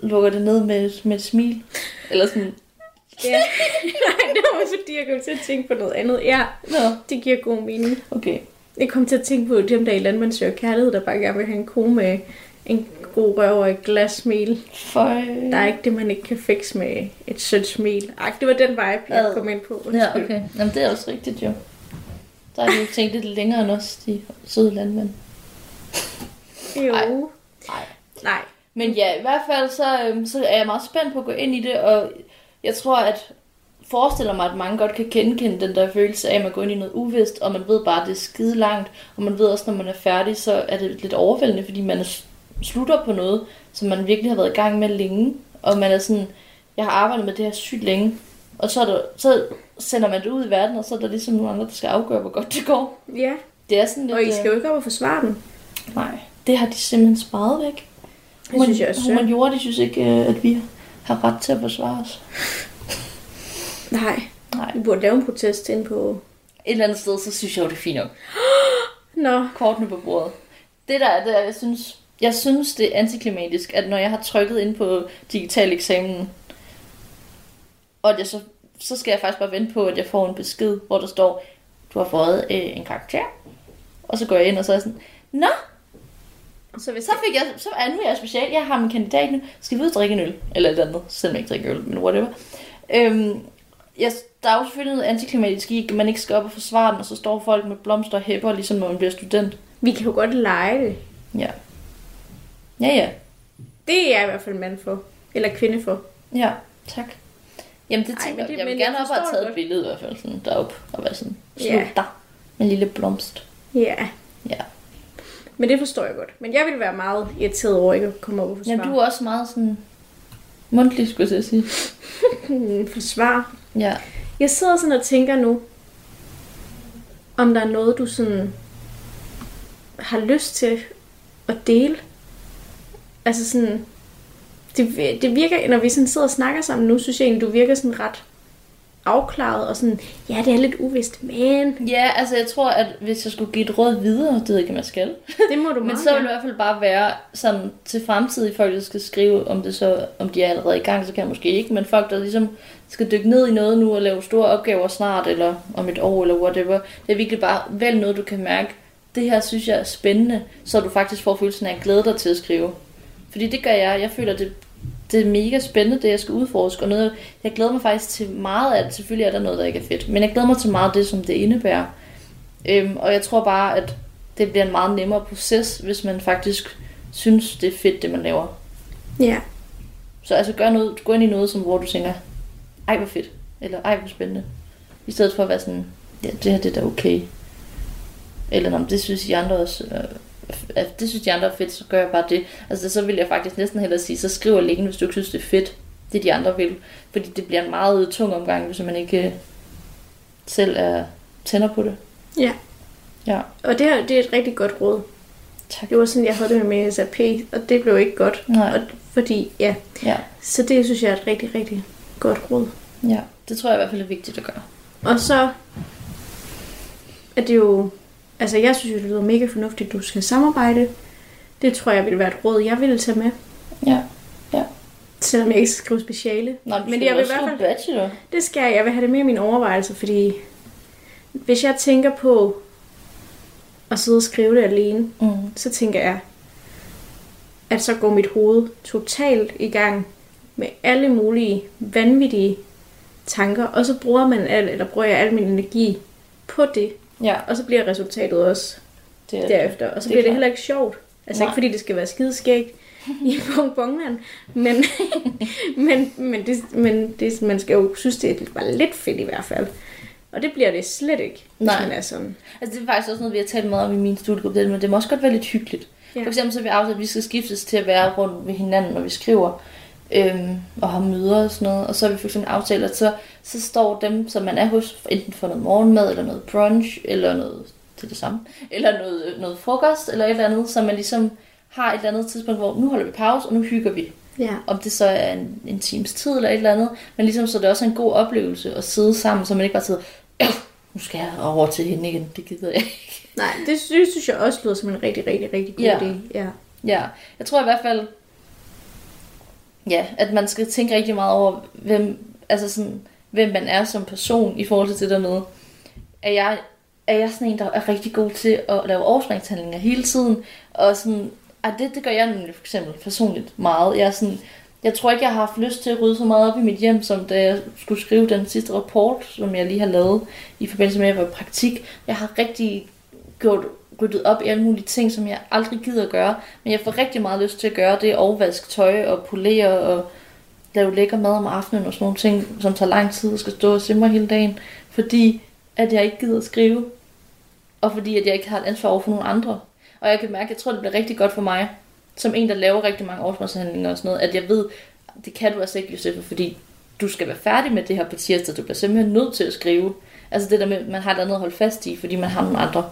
Speaker 3: lukker det ned med, med et smil. Eller sådan,
Speaker 2: Ja. (laughs) Nej, det var fordi, jeg kom til at tænke på noget andet. Ja,
Speaker 3: nå,
Speaker 2: det giver god mening.
Speaker 3: okay.
Speaker 2: Jeg kom til at tænke på dem der i Landmand søger kærlighed, der bare gerne vil have en kone med en god røv og et glas smil.
Speaker 3: Føj.
Speaker 2: Der er ikke det, man ikke kan fikse med et sødt smil. Ej, det var den vibe, jeg
Speaker 3: Ad.
Speaker 2: kom ind på. Undskyld.
Speaker 3: Ja, okay. Jamen, det er også rigtigt, jo. Der har de jo tænkt lidt længere end os, de søde landmænd.
Speaker 2: Jo.
Speaker 3: Ej.
Speaker 2: Nej.
Speaker 3: Men ja, i hvert fald så, øhm, så er jeg meget spændt på at gå ind i det, og jeg tror, at forestiller mig, at mange godt kan genkende den der følelse af, at man går ind i noget uvist, og man ved bare, at det er skide langt, og man ved også, når man er færdig, så er det lidt overvældende, fordi man er s- slutter på noget, som man virkelig har været i gang med længe, og man er sådan, jeg har arbejdet med det her sygt længe, og så, er der, så sender man det ud i verden, og så er der ligesom nogle andre, der skal afgøre, hvor godt det går.
Speaker 2: Ja.
Speaker 3: Det er sådan lidt...
Speaker 2: Og I
Speaker 3: øh,
Speaker 2: skal jo ikke op og forsvare den.
Speaker 3: Nej, det har de simpelthen sparet væk.
Speaker 2: Det synes jeg er synd.
Speaker 3: Humaniora, de synes ikke, øh, at vi har ret til at forsvare os.
Speaker 2: Nej.
Speaker 3: Nej.
Speaker 2: Vi burde lave en protest ind på...
Speaker 3: Et eller andet sted, så synes jeg jo, det er fint nok.
Speaker 2: Nå,
Speaker 3: Kortene på bordet. Det der er, det er, jeg synes, jeg synes, det er antiklimatisk, at når jeg har trykket ind på digital eksamen, og at jeg så, så skal jeg faktisk bare vente på, at jeg får en besked, hvor der står, du har fået øh, en karakter. Og så går jeg ind, og så er jeg sådan, Nå,
Speaker 2: så hvis
Speaker 3: Så fik jeg, så er nu er jeg special. Jeg har min kandidat nu. Skal vi ud og drikke en øl? Eller et eller andet. Selvom jeg ikke drikker øl, men whatever. Øhm, jeg, der er jo selvfølgelig noget antiklimatisk i, at man ikke skal op og forsvare den, og så står folk med blomster og hæpper, ligesom når man bliver student.
Speaker 2: Vi kan jo godt lege det.
Speaker 3: Ja. Ja, ja.
Speaker 2: Det er jeg i hvert fald mand for. Eller kvinde for.
Speaker 3: Ja, tak. Jamen det
Speaker 2: Ej,
Speaker 3: tænker
Speaker 2: men
Speaker 3: jeg.
Speaker 2: det-
Speaker 3: Jeg vil
Speaker 2: men jeg
Speaker 3: gerne op og
Speaker 2: forstår
Speaker 3: have
Speaker 2: det
Speaker 3: taget et
Speaker 2: godt.
Speaker 3: billede i hvert fald sådan derop og være sådan, slut
Speaker 2: Ja.
Speaker 3: der, med en lille blomst.
Speaker 2: Ja.
Speaker 3: Ja.
Speaker 2: Men det forstår jeg godt. Men jeg ville være meget irriteret over ikke at komme op og forsvare.
Speaker 3: Jamen, du er også meget sådan mundtlig, skulle jeg til at sige.
Speaker 2: Hmm, forsvar.
Speaker 3: Ja.
Speaker 2: Jeg sidder sådan og tænker nu, om der er noget, du sådan har lyst til at dele. Altså sådan, det, vir- det virker, når vi sådan sidder og snakker sammen nu, synes jeg egentlig, du virker sådan ret afklaret og sådan, ja, det er lidt uvist, men (laughs)
Speaker 3: Ja, altså jeg tror, at hvis jeg skulle give et råd videre, det ved jeg ikke, om jeg skal,
Speaker 2: det må du
Speaker 3: men
Speaker 2: meget
Speaker 3: så vil det i
Speaker 2: gerne.
Speaker 3: hvert fald bare være sådan til fremtidige folk, der skal skrive, om det så, om de er allerede i gang, så kan jeg måske ikke, men folk, der ligesom skal dykke ned i noget nu og lave store opgaver snart, eller om et år, eller whatever, det er virkelig bare, vælg noget, du kan mærke, det her synes jeg er spændende, så du faktisk får følelsen af at glæde dig til at skrive. Fordi det gør jeg, jeg føler, det, det er mega spændende, det jeg skal udforske, og noget, jeg glæder mig faktisk til meget af det, selvfølgelig er der noget, der ikke er fedt, men jeg glæder mig til meget af det, som det indebærer. Øhm, og jeg tror bare, at det bliver en meget nemmere proces, hvis man faktisk synes, det er fedt, det man laver.
Speaker 2: Ja,
Speaker 3: Så altså gør noget, gå ind i noget, som, hvor du tænker, ej hvor fedt, eller ej hvor spændende. I stedet for at være sådan, ja, det her det er da okay. Eller "Nå, men det synes de andre også, øh, at det synes de andre er fedt, så gør jeg bare det. Altså så vil jeg faktisk næsten hellere sige, så skriv alene, hvis du ikke synes, det er fedt, det de andre vil. Fordi det bliver en meget tung omgang, hvis man ikke øh, selv er tænder på det.
Speaker 2: ja.
Speaker 3: Ja.
Speaker 2: Og det, her, det er et rigtig godt råd.
Speaker 3: Tak.
Speaker 2: Det var sådan, jeg havde det med min SAP, og det blev ikke godt.
Speaker 3: Nej.
Speaker 2: Og fordi, ja.
Speaker 3: Ja,
Speaker 2: Så det synes jeg er et rigtig, rigtig godt råd.
Speaker 3: ja. Det tror jeg i hvert fald er vigtigt at gøre.
Speaker 2: Og så er det jo... Altså, jeg synes jo, det lyder mega fornuftigt, at du skal samarbejde. Det tror jeg ville være et råd, jeg ville tage med.
Speaker 3: Ja.
Speaker 2: Selvom jeg ikke skal skrive speciale.
Speaker 3: Nå,
Speaker 2: Men jeg vil i hvert fald...
Speaker 3: bachelor.
Speaker 2: Det skal jeg. Jeg vil have det med i mine overvejelser, fordi... Hvis jeg tænker på at sidde og skrive det alene,
Speaker 3: Mm.
Speaker 2: så tænker jeg, at så går mit hoved totalt i gang med alle mulige vanvittige tanker, og så bruger man al, eller bruger jeg al min energi på det,
Speaker 3: Ja,
Speaker 2: og så bliver resultatet også
Speaker 3: det er det.
Speaker 2: derefter, og så
Speaker 3: Det er
Speaker 2: bliver det
Speaker 3: klart.
Speaker 2: heller ikke sjovt. Altså
Speaker 3: Nej.
Speaker 2: ikke fordi det skal være skideskægt i bonbonland,
Speaker 3: (laughs)
Speaker 2: men, men, men, det, men det, man skal jo synes, det var lidt fedt i hvert fald. Og det bliver det slet ikke, hvis
Speaker 3: Nej.
Speaker 2: man er sådan.
Speaker 3: Altså, det er faktisk også noget, vi har talt meget om i min studiegruppe, det, men det må også godt være lidt hyggeligt.
Speaker 2: Ja.
Speaker 3: Ja. For eksempel så har vi aftalt, at vi skal skiftes til at være rundt ved hinanden, når vi skriver, øhm, og har møder og sådan noget. Og så har vi for eksempel aftalt, at så, så står dem, som man er hos, enten for noget morgenmad, eller noget brunch, eller noget, det er det samme, eller noget, noget frokost, eller et eller andet, så man ligesom har et eller andet tidspunkt, hvor nu holder vi pause, og nu hygger vi.
Speaker 2: Ja.
Speaker 3: Om det så er en, en times tid eller et eller andet, men ligesom så er det også en god oplevelse at sidde sammen, så man ikke bare sidder, "Øh, nu skal jeg over til hende igen, det gider jeg ikke. (laughs)
Speaker 2: Nej, det synes, synes jeg også lyder som en rigtig, rigtig, rigtig god
Speaker 3: Ja.
Speaker 2: idé. Ja.
Speaker 3: Ja, jeg tror i hvert fald, ja, at man skal tænke rigtig meget over, hvem, altså sådan, hvem man er som person i forhold til det der med, er jeg, er jeg sådan en, der er rigtig god til at lave overspringshandlinger hele tiden, og sådan, ah, det, det gør jeg nemlig for eksempel personligt meget. Jeg er sådan, jeg tror ikke, jeg har haft lyst til at rydde så meget op i mit hjem, som da jeg skulle skrive den sidste rapport, som jeg lige har lavet i forbindelse med, at jeg var i praktik. Jeg har rigtig gjort ryddet op i alle mulige ting, som jeg aldrig gider at gøre. Men jeg får rigtig meget lyst til at gøre det, og vaske tøj og polere og lave lækker mad om aftenen og sådan nogle ting, som tager lang tid og skal stå og simre hele dagen. Fordi at jeg ikke gider at skrive, og fordi at jeg ikke har et ansvar over for nogen andre. Og jeg kan mærke, at jeg tror, det bliver rigtig godt for mig, som en, der laver rigtig mange årsmålshandlinger og sådan noget, at jeg ved, det kan du altså ikke, Joseffe, fordi du skal være færdig med det her på tirsdag. Du bliver simpelthen nødt til at skrive. Altså det der med, at man har et eller andet at holde fast i, fordi man har nogle andre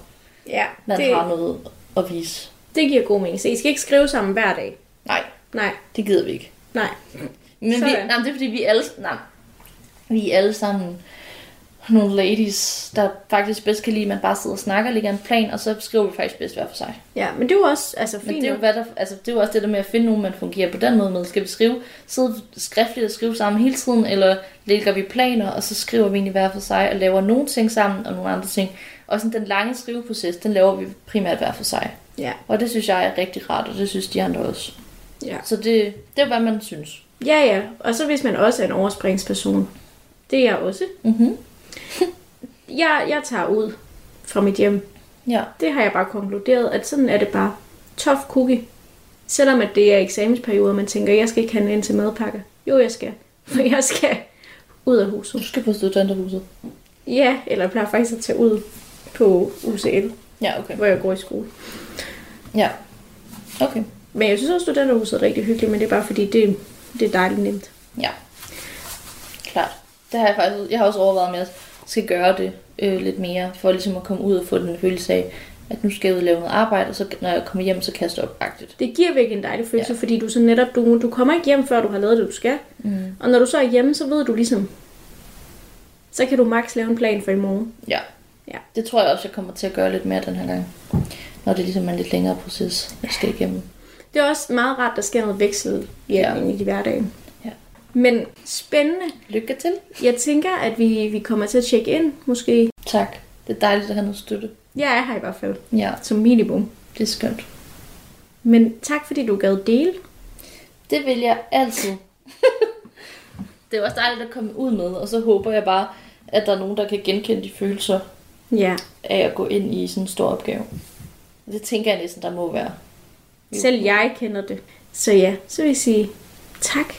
Speaker 2: Ja,
Speaker 3: man det...
Speaker 2: det,
Speaker 3: har noget at vise.
Speaker 2: det giver god mening. Så I skal ikke skrive sammen hver dag.
Speaker 3: Nej,
Speaker 2: Nej,
Speaker 3: det gider vi ikke.
Speaker 2: nej.
Speaker 3: Men vi,
Speaker 2: Sådan.
Speaker 3: nej, men det er fordi, vi er alle, nej, vi er alle sammen nogle ladies, der faktisk bedst kan lide, at man bare sidder og snakker, lægger en plan, og så skriver vi faktisk bedst hver for sig.
Speaker 2: Ja, men det er jo også altså,
Speaker 3: Men
Speaker 2: fint.
Speaker 3: det er, jo,
Speaker 2: nok.
Speaker 3: hvad der, altså, det er jo også det der med at finde nogen, man fungerer på den måde med. Skal vi skrive, sidde skriftligt og skrive sammen hele tiden, eller lægger vi planer, og så skriver vi egentlig hver for sig, og laver nogle ting sammen, og nogle andre ting. Og sådan den lange skriveproces, den laver vi primært hver for sig.
Speaker 2: Ja,
Speaker 3: Og det synes jeg er rigtig rart, og det synes de andre også.
Speaker 2: ja.
Speaker 3: Så det, det er, hvad man synes.
Speaker 2: Ja, ja. Og så hvis man også er en overspringsperson. Det er jeg også.
Speaker 3: Mhm.
Speaker 2: (laughs) jeg, jeg tager ud fra mit hjem.
Speaker 3: Ja,
Speaker 2: Det har jeg bare konkluderet, at sådan er det bare. Tough cookie. Selvom at det er eksamensperioder, man tænker, jeg skal ikke handle ind til madpakker. Jo, jeg skal. For jeg skal ud af huset.
Speaker 3: du skal på studenterhuset.
Speaker 2: Ja, eller jeg plejer faktisk at tage ud på UCL,
Speaker 3: Ja, okay.
Speaker 2: hvor jeg går i skole.
Speaker 3: Ja. Okay.
Speaker 2: Men jeg synes også, at studenterhuset er rigtig hyggeligt, men det er bare fordi, det, det er dejligt nemt.
Speaker 3: Ja. Klart. Det har jeg faktisk, jeg har også overvejet, om jeg skal gøre det øh, lidt mere, for ligesom at komme ud og få den følelse af, at nu skal jeg ud og lave noget arbejde, og så når jeg kommer hjem, så kaster jeg op agtigt.
Speaker 2: Det giver virkelig en dejlig følelse, ja.
Speaker 3: Ja.
Speaker 2: fordi du så netop, du, du kommer ikke hjem, før du har lavet det, du skal.
Speaker 3: Mm.
Speaker 2: Og når du så er hjemme, så ved du ligesom, så kan du max lave en plan for i morgen.
Speaker 3: Ja.
Speaker 2: Ja.
Speaker 3: Det tror jeg også, jeg kommer til at gøre lidt mere den her gang. Når det ligesom er en lidt længere proces, jeg skal igennem.
Speaker 2: Det er også meget rart, der sker noget veksel ja.
Speaker 3: Ja.
Speaker 2: i hverdagen.
Speaker 3: Ja.
Speaker 2: Men spændende.
Speaker 3: Lykke til.
Speaker 2: Jeg tænker, at vi, vi kommer til at tjekke ind, måske.
Speaker 3: Tak. Det er dejligt at have noget støtte.
Speaker 2: Jeg er her i hvert fald,
Speaker 3: Ja,
Speaker 2: som minimum.
Speaker 3: det er skønt.
Speaker 2: Men tak, fordi du gad dele.
Speaker 3: Det vil jeg altid. (laughs) det er også dejligt at komme ud med, og så håber jeg bare, at der er nogen, der kan genkende de følelser
Speaker 2: Ja.
Speaker 3: af at gå ind i sådan en stor opgave. Det tænker jeg næsten, der må være.
Speaker 2: Selv jeg kender det. Så ja, så vil jeg sige tak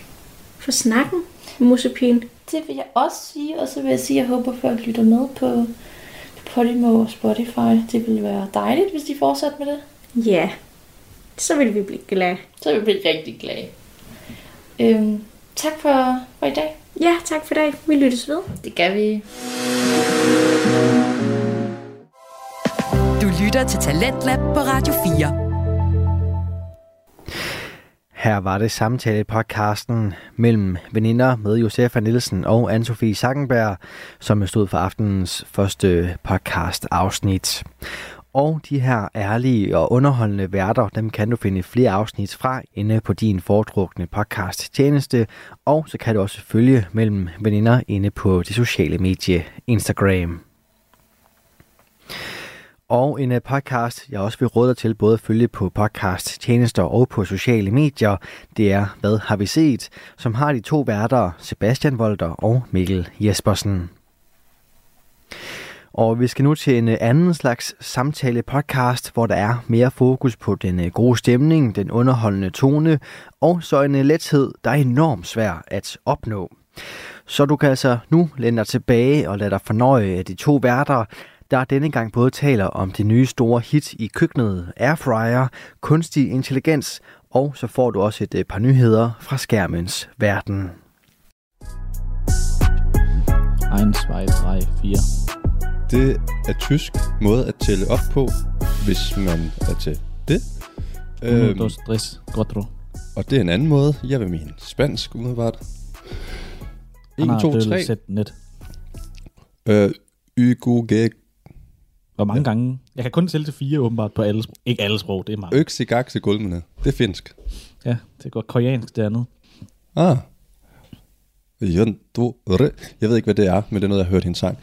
Speaker 2: for snakken, Musepin.
Speaker 3: Det vil jeg også sige, og så vil jeg sige, at jeg håber, at folk lytter med på Podimo og Spotify. Det ville være dejligt, hvis de fortsatte med det.
Speaker 2: Ja, så vil vi blive glade.
Speaker 3: Så vil vi blive rigtig glade. Øhm, tak for, for i dag.
Speaker 2: Ja, tak for i dag. Vi lyttes ved.
Speaker 3: Det kan vi.
Speaker 7: Du lytter til Talentlab på Radio 4.
Speaker 1: Her var det samtale podcasten mellem veninder med Josefa Nielsen og Anne-Sophie Sackenberg, som stod for aftenens første podcast afsnit. Og de her ærlige og underholdende værter, dem kan du finde flere afsnit fra inde på din foretrukne podcast tjeneste, og så kan du også følge mellem veninder inde på de sociale medier Instagram. Og en øh, podcast, jeg også vil råde dig til både at følge på podcast, tjenester og på sociale medier, det er Hvad har vi set, som har de to værter, Sebastian Volter og Mikkel Jespersen. Og vi skal nu til en øh, anden slags samtale podcast, hvor der er mere fokus på den øh, gode stemning, den underholdende tone, og så en øh, lethed, der er enormt svær at opnå. Så du kan altså nu læne dig tilbage og lade dig fornøje af de to værter, der denne gang både taler om det nye store hit i køkkenet, airfryer, kunstig intelligens, og så får du også et øh, par nyheder fra skærmens verden.
Speaker 4: 1, 2, 3, 4.
Speaker 5: Det er tysk måde at tælle op på, hvis man er til det.
Speaker 4: Øhm.
Speaker 5: Øhm,
Speaker 4: Dos, tres, cuatro.
Speaker 5: og det er en anden måde. Jeg vil mene spansk, umiddelbart. 1,
Speaker 4: Anar,
Speaker 5: 2,
Speaker 4: døl,
Speaker 5: 3.
Speaker 4: sæt, net.
Speaker 5: Øh, Ygugeg.
Speaker 4: Hvor mange ja. gange? Jeg kan kun tælle til fire åbenbart på alle sprog. Ikke alle sprog, det er mange.
Speaker 5: Øksegakse gulmene. Det er finsk.
Speaker 4: Ja, det er godt koreansk det andet.
Speaker 5: Ah. Jondore. Jeg ved ikke, hvad det er, men det er noget, jeg har hørt i en sang.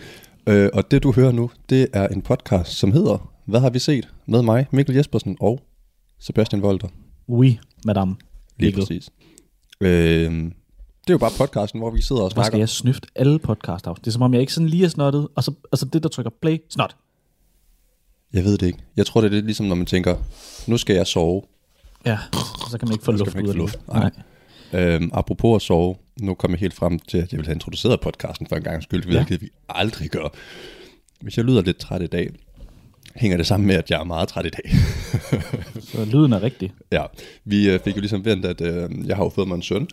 Speaker 5: Øh, og det, du hører nu, det er en podcast, som hedder Hvad har vi set? Med mig, Mikkel Jespersen og Sebastian Volter.
Speaker 4: Oui, madame.
Speaker 5: Lige
Speaker 4: Mikkel.
Speaker 5: præcis. Øh, det er jo bare podcasten, hvor vi sidder og
Speaker 4: Hvor skal
Speaker 5: snakker.
Speaker 4: jeg snyfte alle podcast afsnit? Det er som om, jeg ikke sådan lige er snottet, og så altså det, der trykker play, snot.
Speaker 5: Jeg ved det ikke. Jeg tror, det er lidt ligesom, når man tænker, nu skal jeg sove.
Speaker 4: Ja, og så kan man ikke få
Speaker 5: Så skal
Speaker 4: luft
Speaker 5: man
Speaker 4: ud
Speaker 5: ikke
Speaker 4: af det.
Speaker 5: få luft. Nej. Øhm, apropos at sove, nu kom jeg helt frem til, at jeg vil have introduceret podcasten for en gang skyld, hvilket ja. vi aldrig gør. Hvis jeg lyder lidt træt i dag, hænger det sammen med, at jeg er meget træt i dag. (laughs)
Speaker 4: Så lyden er rigtig.
Speaker 5: ja, vi øh, fik jo ligesom vendt, at øh, jeg har jo fået mig en søn.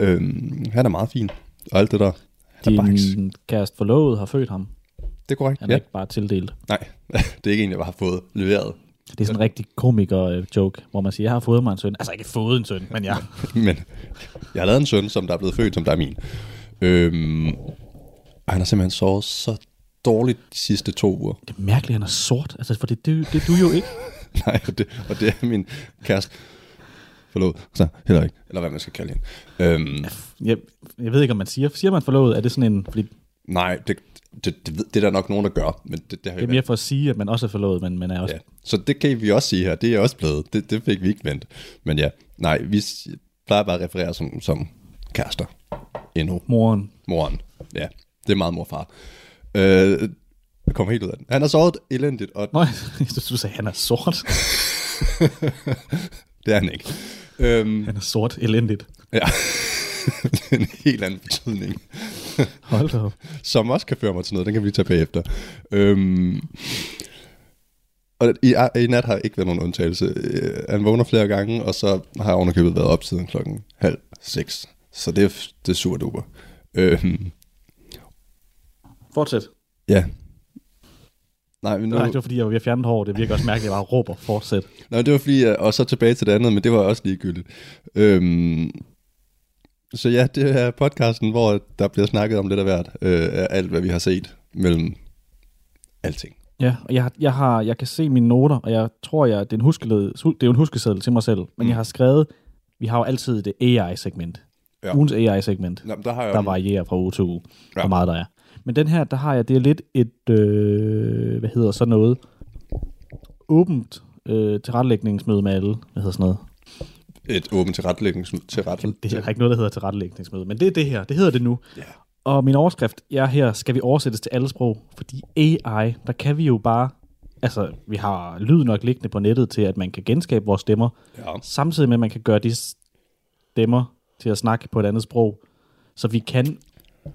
Speaker 5: Øhm, han er meget fin, og alt det der. Han er bare ikke,
Speaker 4: Din kæreste forlovede har født ham.
Speaker 5: det er korrekt,
Speaker 4: Han er
Speaker 5: ja.
Speaker 4: ikke bare tildelt.
Speaker 5: Nej, (laughs) det er ikke en, jeg bare har fået leveret.
Speaker 4: Det er sådan en rigtig komiker-joke, hvor man siger, jeg har fået mig en søn. Altså ikke fået en søn, men jeg...
Speaker 5: (laughs) Men jeg har lavet en søn, som der er blevet født, som der er min. Øhm, og han har simpelthen sovet så dårligt de sidste to uger.
Speaker 4: (laughs) Det er mærkeligt, han er sort. Altså, for det, det, det er du jo ikke.
Speaker 5: (laughs) Nej, og det, og det er min kæreste. Forlod. Så heller ikke. Eller hvad man skal kalde hende. Øhm,
Speaker 4: Jeg, jeg ved ikke, om man siger. Siger man forlovet, er det sådan en... Fordi
Speaker 5: nej, det, det, det, ved- det, er der nok nogen, der gør. Men det, det har vi
Speaker 4: det er mere for at sige, at man også er forlovet, men man er også...
Speaker 5: Ja. Så det kan vi også sige her. Det er også blevet. Det, det fik vi ikke vendt. Men ja, nej, vi s- plejer bare at referere som, som kærester. Endnu.
Speaker 4: Moren.
Speaker 5: Moren. Ja, det er meget morfar. Øh, jeg kommer helt ud af den. Han har sovet elendigt, og
Speaker 4: Nå, (laughs) jeg synes, du sagde, han er
Speaker 5: (laughs)
Speaker 4: sort.
Speaker 5: det er han ikke. Øhm,
Speaker 4: Han er sort elendigt.
Speaker 5: ja. (laughs) det er en helt anden betydning.
Speaker 4: Hold da op.
Speaker 5: som også kan føre mig til noget. Den kan vi lige tage bagefter. Øhm, og i, i nat har ikke været nogen undtagelse. Øh, han vågner flere gange, og så har jeg ovenikøbet været op siden klokken halv seks. Så det, er- det er sur duper. Øhm,
Speaker 4: Fortsæt.
Speaker 5: ja. Nej, men nu,
Speaker 4: Nej, det var fordi, jeg var ved at fjerne hår. Det virker også mærkeligt, at jeg bare råber, fortsæt.
Speaker 5: nej, det var fordi, øh, og så tilbage til det andet, men det var også ligegyldigt. Øhm, så ja, det er podcasten, hvor der bliver snakket om lidt af hvert, øh, af alt hvad vi har set mellem alting.
Speaker 4: Ja, og jeg, har- jeg, har, jeg kan se mine noter, og jeg tror, jeg, det, er en huskeled, hu- det er jo en huskeseddel til mig selv, men mm. jeg har skrevet, vi har jo altid det AI-segment.
Speaker 5: Ja.
Speaker 4: Ja. Ugens AI-segment,
Speaker 5: Nå, men der har jeg
Speaker 4: der varierer fra uge til uge,
Speaker 5: Ja.
Speaker 4: ja. hvor meget der er. Men den her, der har jeg, det er lidt et, øh, hvad hedder sådan noget, åbent øh, tilrettelægningsmøde med alle. Hvad hedder sådan noget?
Speaker 5: et åbent tilrettelæggings- tilrettelæggelse.
Speaker 4: Det er der ikke noget, der hedder tilrettelægningsmøde, men det er det her. Det hedder det nu. Yeah. Og min overskrift er her, skal vi oversættes til alle sprog? Fordi AI, der kan vi jo bare... Altså, vi har lyd nok liggende på nettet til, at man kan genskabe vores stemmer,
Speaker 5: Ja.
Speaker 4: samtidig med, at man kan gøre de stemmer til at snakke på et andet sprog. Så vi kan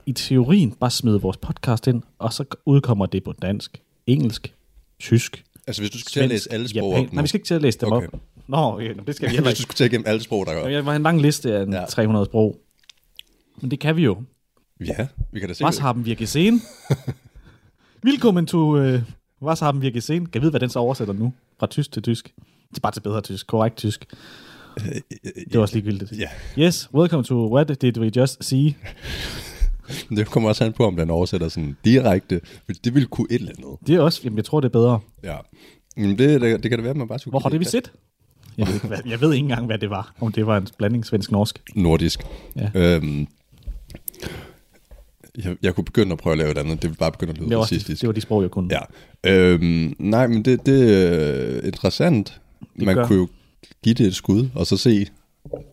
Speaker 4: i teorien bare smide vores podcast ind, og så udkommer det på dansk, engelsk, tysk,
Speaker 5: Altså hvis du skal til at læse alle sprog op
Speaker 4: japan.
Speaker 5: nu.
Speaker 4: Nej, vi skal ikke til at læse dem
Speaker 5: Okay.
Speaker 4: okay. op. Nå, ja, det skal vi heller
Speaker 5: Hvis
Speaker 4: ikke.
Speaker 5: du skal tage igennem alle sprog, der
Speaker 4: Nå,
Speaker 5: gør.
Speaker 4: Jeg var en lang liste af en
Speaker 5: Ja.
Speaker 4: ja. 300 sprog. Men det kan vi jo.
Speaker 5: Ja, vi kan da se
Speaker 4: Was
Speaker 5: det.
Speaker 4: haben wir
Speaker 5: (laughs)
Speaker 4: gesehen? Velkommen to øh, Was haben wir gesehen? Kan jeg vide, hvad den så oversætter nu? Fra tysk til tysk. Det er bare til bedre tysk. Korrekt tysk. Det var også ligegyldigt.
Speaker 5: Øh, Ja.
Speaker 4: Yes, welcome to What Did We Just See?
Speaker 5: Men Det kommer også an på, om den oversætter sådan direkte, for det ville kunne et eller andet.
Speaker 4: Det er også, jamen, jeg tror, det er bedre.
Speaker 5: Ja. Men det, det, det kan det være, at man bare skulle...
Speaker 4: Hvor har det, vi
Speaker 5: kigge
Speaker 4: set? Jeg ved, ikke, hvad, jeg ved ikke engang, hvad det var. Om det var en blanding svensk-norsk.
Speaker 5: Nordisk.
Speaker 4: Ja.
Speaker 5: Øhm, jeg, jeg kunne begynde at prøve at lave et andet, det ville bare begynde at lyde
Speaker 4: Det var, også,
Speaker 5: racistisk.
Speaker 4: det var de sprog, jeg kunne.
Speaker 5: Ja. Øhm, nej, men det, det er øh, interessant. Det man
Speaker 4: gør-
Speaker 5: gør. kunne jo give det et skud, og så se,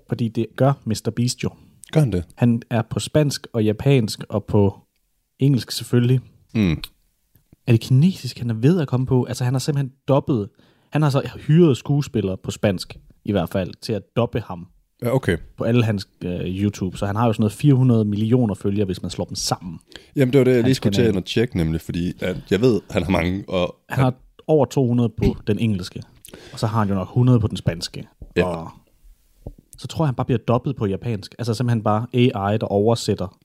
Speaker 4: Fordi det gør Mr. Beast jo.
Speaker 5: gør han det?
Speaker 4: Han er på spansk og japansk og på engelsk selvfølgelig.
Speaker 5: Mm.
Speaker 4: Er det kinesisk, han er ved at komme på? Altså, han har simpelthen dobbet. Han har så hyret skuespillere på spansk, i hvert fald, til at doppe ham
Speaker 5: Ja, okay.
Speaker 4: på alle hans øh, YouTube. Så han har jo sådan noget 400 millioner følgere, hvis man slår dem sammen.
Speaker 5: Jamen, det var det, jeg lige
Speaker 4: Hans
Speaker 5: skulle tage
Speaker 4: kanal.
Speaker 5: ind og tjekke, nemlig, fordi at jeg ved, han har mange, og
Speaker 4: Han har over 200 på den engelske, og så har han jo nok 100 på den spanske.
Speaker 5: Ja.
Speaker 4: Og så tror jeg, han bare bliver dobbelt på japansk. Altså simpelthen bare AI, der oversætter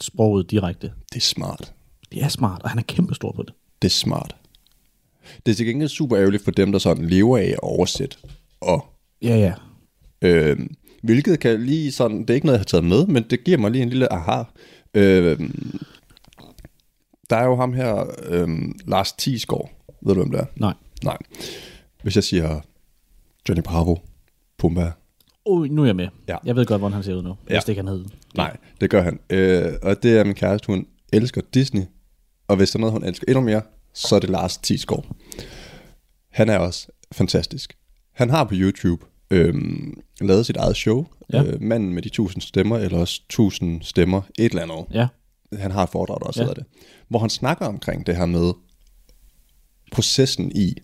Speaker 4: sproget direkte.
Speaker 5: det er smart.
Speaker 4: Det er smart, og han er kæmpestor på det.
Speaker 5: Det er smart. Det er til gengæld super ærgerligt for dem, der sådan lever af at oversætte. Og,
Speaker 4: Ja, ja.
Speaker 5: øh, hvilket kan lige sådan, det er ikke noget, jeg har taget med, men det giver mig lige en lille aha. Øh, der er jo ham her, øh, Lars Tisgaard. Ved du, hvem det er?
Speaker 4: Nej.
Speaker 5: Nej. Hvis jeg siger Johnny Bravo, Pumba.
Speaker 4: Oh, nu er jeg med.
Speaker 5: Ja.
Speaker 4: Jeg ved godt, hvordan han ser ud nu. Ja.
Speaker 5: Ja.
Speaker 4: Hvis det ikke han hed.
Speaker 5: Nej, det gør han. Øh, og det er min kæreste, hun elsker Disney. Og hvis der er noget, hun elsker endnu mere, så er det Lars Tisgaard. Han er også fantastisk. Han har på YouTube øh, lavet sit eget show.
Speaker 4: Ja.
Speaker 5: Ja. Øh, manden med de tusind stemmer, eller også tusind stemmer, et eller andet.
Speaker 4: Ja.
Speaker 5: han har et foredrag, der også
Speaker 4: Ja.
Speaker 5: ja. hedder det, hvor han snakker omkring det her med processen i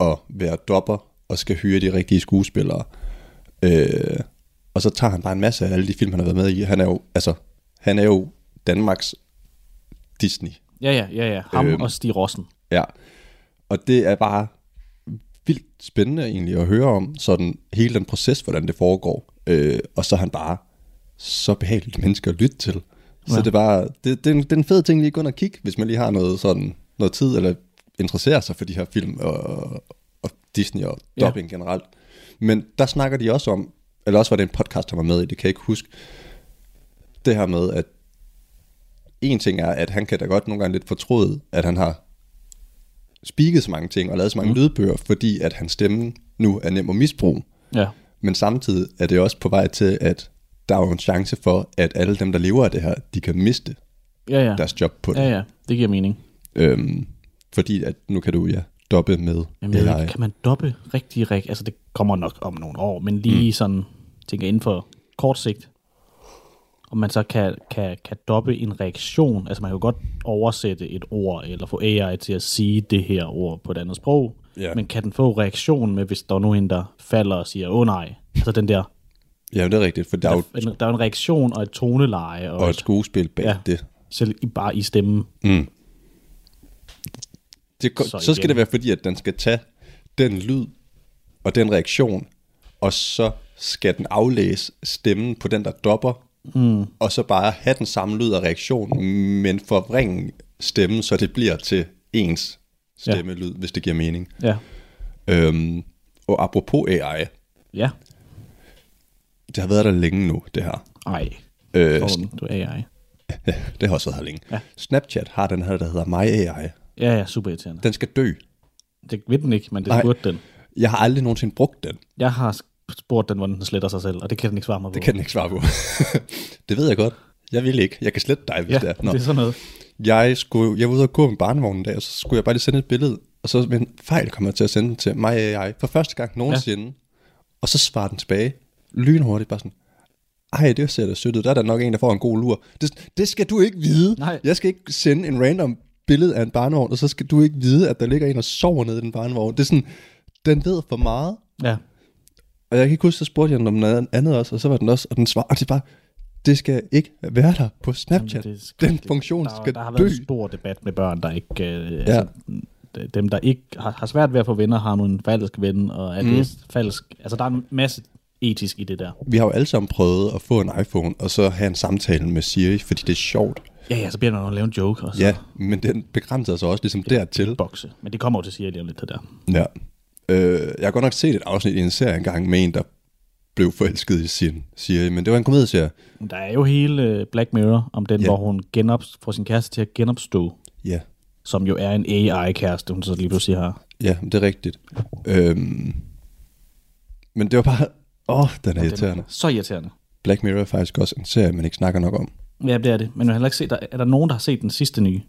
Speaker 5: at være dopper og skal hyre de rigtige skuespillere. Øh, og så tager han bare en masse af alle de film, han har været med i. Han er jo, altså, han er jo Danmarks Disney.
Speaker 4: Ja, ja, ja, ja. Ham
Speaker 5: Øhm.
Speaker 4: og Stig Rossen.
Speaker 5: Ja. Og det er bare vildt spændende egentlig at høre om, sådan hele den proces, hvordan det foregår. Øh, og så er han bare så behageligt menneske at lytte til. Så
Speaker 4: Ja.
Speaker 5: ja. det er bare, det, det, er en, det er en fed ting lige at gå ind og kigge, hvis man lige har noget sådan, noget tid, eller interesserer sig for de her film og, og Disney og
Speaker 4: Ja.
Speaker 5: dubbing ja. generelt. Men der snakker de også om, eller også var det en podcast, der var med i, det kan jeg ikke huske, det her med, at en ting er, at han kan da godt nogle gange lidt fortryde, at han har spiket så mange ting og lavet så mange mm. lydbøger, fordi at hans stemme nu er nem at misbruge.
Speaker 4: Ja.
Speaker 5: Men samtidig er det også på vej til, at der er jo en chance for, at alle dem, der lever af det her, de kan miste
Speaker 4: Ja, ja.
Speaker 5: deres job på det.
Speaker 4: Ja, ja. Det giver mening.
Speaker 5: Øhm, fordi at nu kan du ja, doppe med
Speaker 4: Jamen, jeg ved
Speaker 5: AI.
Speaker 4: ikke, kan man doppe rigtig, rigtig... Altså, det kommer nok om nogle år, men lige mm. sådan, tænker jeg, inden for kort sigt, om man så kan, kan, kan doppe en reaktion. Altså, man kan jo godt oversætte et ord, eller få AI til at sige det her ord på et andet sprog.
Speaker 5: Ja.
Speaker 4: Men kan den få reaktion med, hvis der er nogen, der falder og siger, åh oh, nej. Altså den der,
Speaker 5: Ja, det er rigtigt, for der er jo
Speaker 4: en, der er jo en reaktion og et toneleje. Og,
Speaker 5: og et skuespil bag
Speaker 4: Ja.
Speaker 5: ja. det.
Speaker 4: Selv i, bare i stemmen.
Speaker 5: det
Speaker 4: Så
Speaker 5: så, så skal
Speaker 4: igen.
Speaker 5: det være fordi, at den skal tage den lyd og den reaktion, og så skal den aflæse stemmen på den, der dopper, mm. og så bare have den samme lyd og reaktion, men forvrænge stemmen, så det bliver til ens
Speaker 4: Ja.
Speaker 5: stemmelyd, ja. hvis det giver mening.
Speaker 4: Ja.
Speaker 5: Øhm, og apropos AI,
Speaker 4: Ja.
Speaker 5: det har været der længe nu, det her.
Speaker 4: Ej.
Speaker 5: Øh,
Speaker 4: Forhåbentlig, du er AI.
Speaker 5: (laughs) det har også været her længe.
Speaker 4: Ja.
Speaker 5: Ja. Snapchat har den her, der hedder My AI.
Speaker 4: Ja, ja, super irriterende.
Speaker 5: Den skal dø.
Speaker 4: Det ved den ikke, men det
Speaker 5: Nej.
Speaker 4: burde den.
Speaker 5: Jeg har aldrig nogensinde brugt den.
Speaker 4: Jeg har spurgt den, hvordan den sletter sig selv, og det kan den ikke svare mig på.
Speaker 5: Det kan den ikke svare på. (laughs) det ved jeg godt. Jeg vil ikke. Jeg kan slette dig, hvis
Speaker 4: ja,
Speaker 5: det er.
Speaker 4: Nå. det er sådan noget.
Speaker 5: Jeg, skulle, jeg var ude og gå med barnevognen en dag, og så skulle jeg bare lige sende et billede, og så med en fejl kom jeg til at sende den til mig AI for første gang nogensinde. Ja. Og så svarer den tilbage lynhurtigt, bare sådan, ej, det ser da sødt ud. Der er der nok en, der får en god lur. Det, det skal du ikke vide.
Speaker 4: Nej.
Speaker 5: Jeg skal ikke sende en random billede af en barnevogn, og så skal du ikke vide, at der ligger en og sover nede i den barnevogn. Det er sådan, den ved for meget.
Speaker 4: Ja.
Speaker 5: Og jeg kan ikke huske, så spurgte jeg den om noget andet også, og så var den også, og den svarede, og det er bare, det skal ikke være der på
Speaker 4: Jamen,
Speaker 5: Snapchat. Jamen,
Speaker 4: det er skrækkeligt.
Speaker 5: den funktion
Speaker 4: der,
Speaker 5: skal
Speaker 4: Der har
Speaker 5: dø.
Speaker 4: været en stor debat med børn, der ikke... Øh, ja. altså, dem, der ikke har, har svært ved at få venner, har nu en falsk ven, og er mm. det falsk... Altså, der er en masse etisk i det der.
Speaker 5: Vi har jo alle sammen prøvet at få en iPhone, og så have en samtale med Siri, fordi det er sjovt.
Speaker 4: Ja, ja, så bliver man jo at lave en joke og så
Speaker 5: Ja, men den begrænser sig også ligesom dertil.
Speaker 4: bokse. Men det kommer jo til Siri lige om lidt, det der.
Speaker 5: Ja. Øh, jeg har godt nok set et afsnit i en serie engang med en, der blev forelsket i sin serie, men det var en komedieserie.
Speaker 4: Der er jo hele øh, Black Mirror om den,
Speaker 5: Ja.
Speaker 4: yeah. hvor hun genop, får sin kæreste til at genopstå,
Speaker 5: Ja,
Speaker 4: som jo er en AI-kæreste, hun så lige pludselig har.
Speaker 5: ja det er rigtigt. Øhm, men det var bare... Åh, oh, den er irriterende.
Speaker 4: Så irriterende.
Speaker 5: Black Mirror er faktisk også en serie, man ikke snakker nok om.
Speaker 4: Ja, det er det. Men jeg har heller ikke set, der, er der nogen, der har set den sidste nye?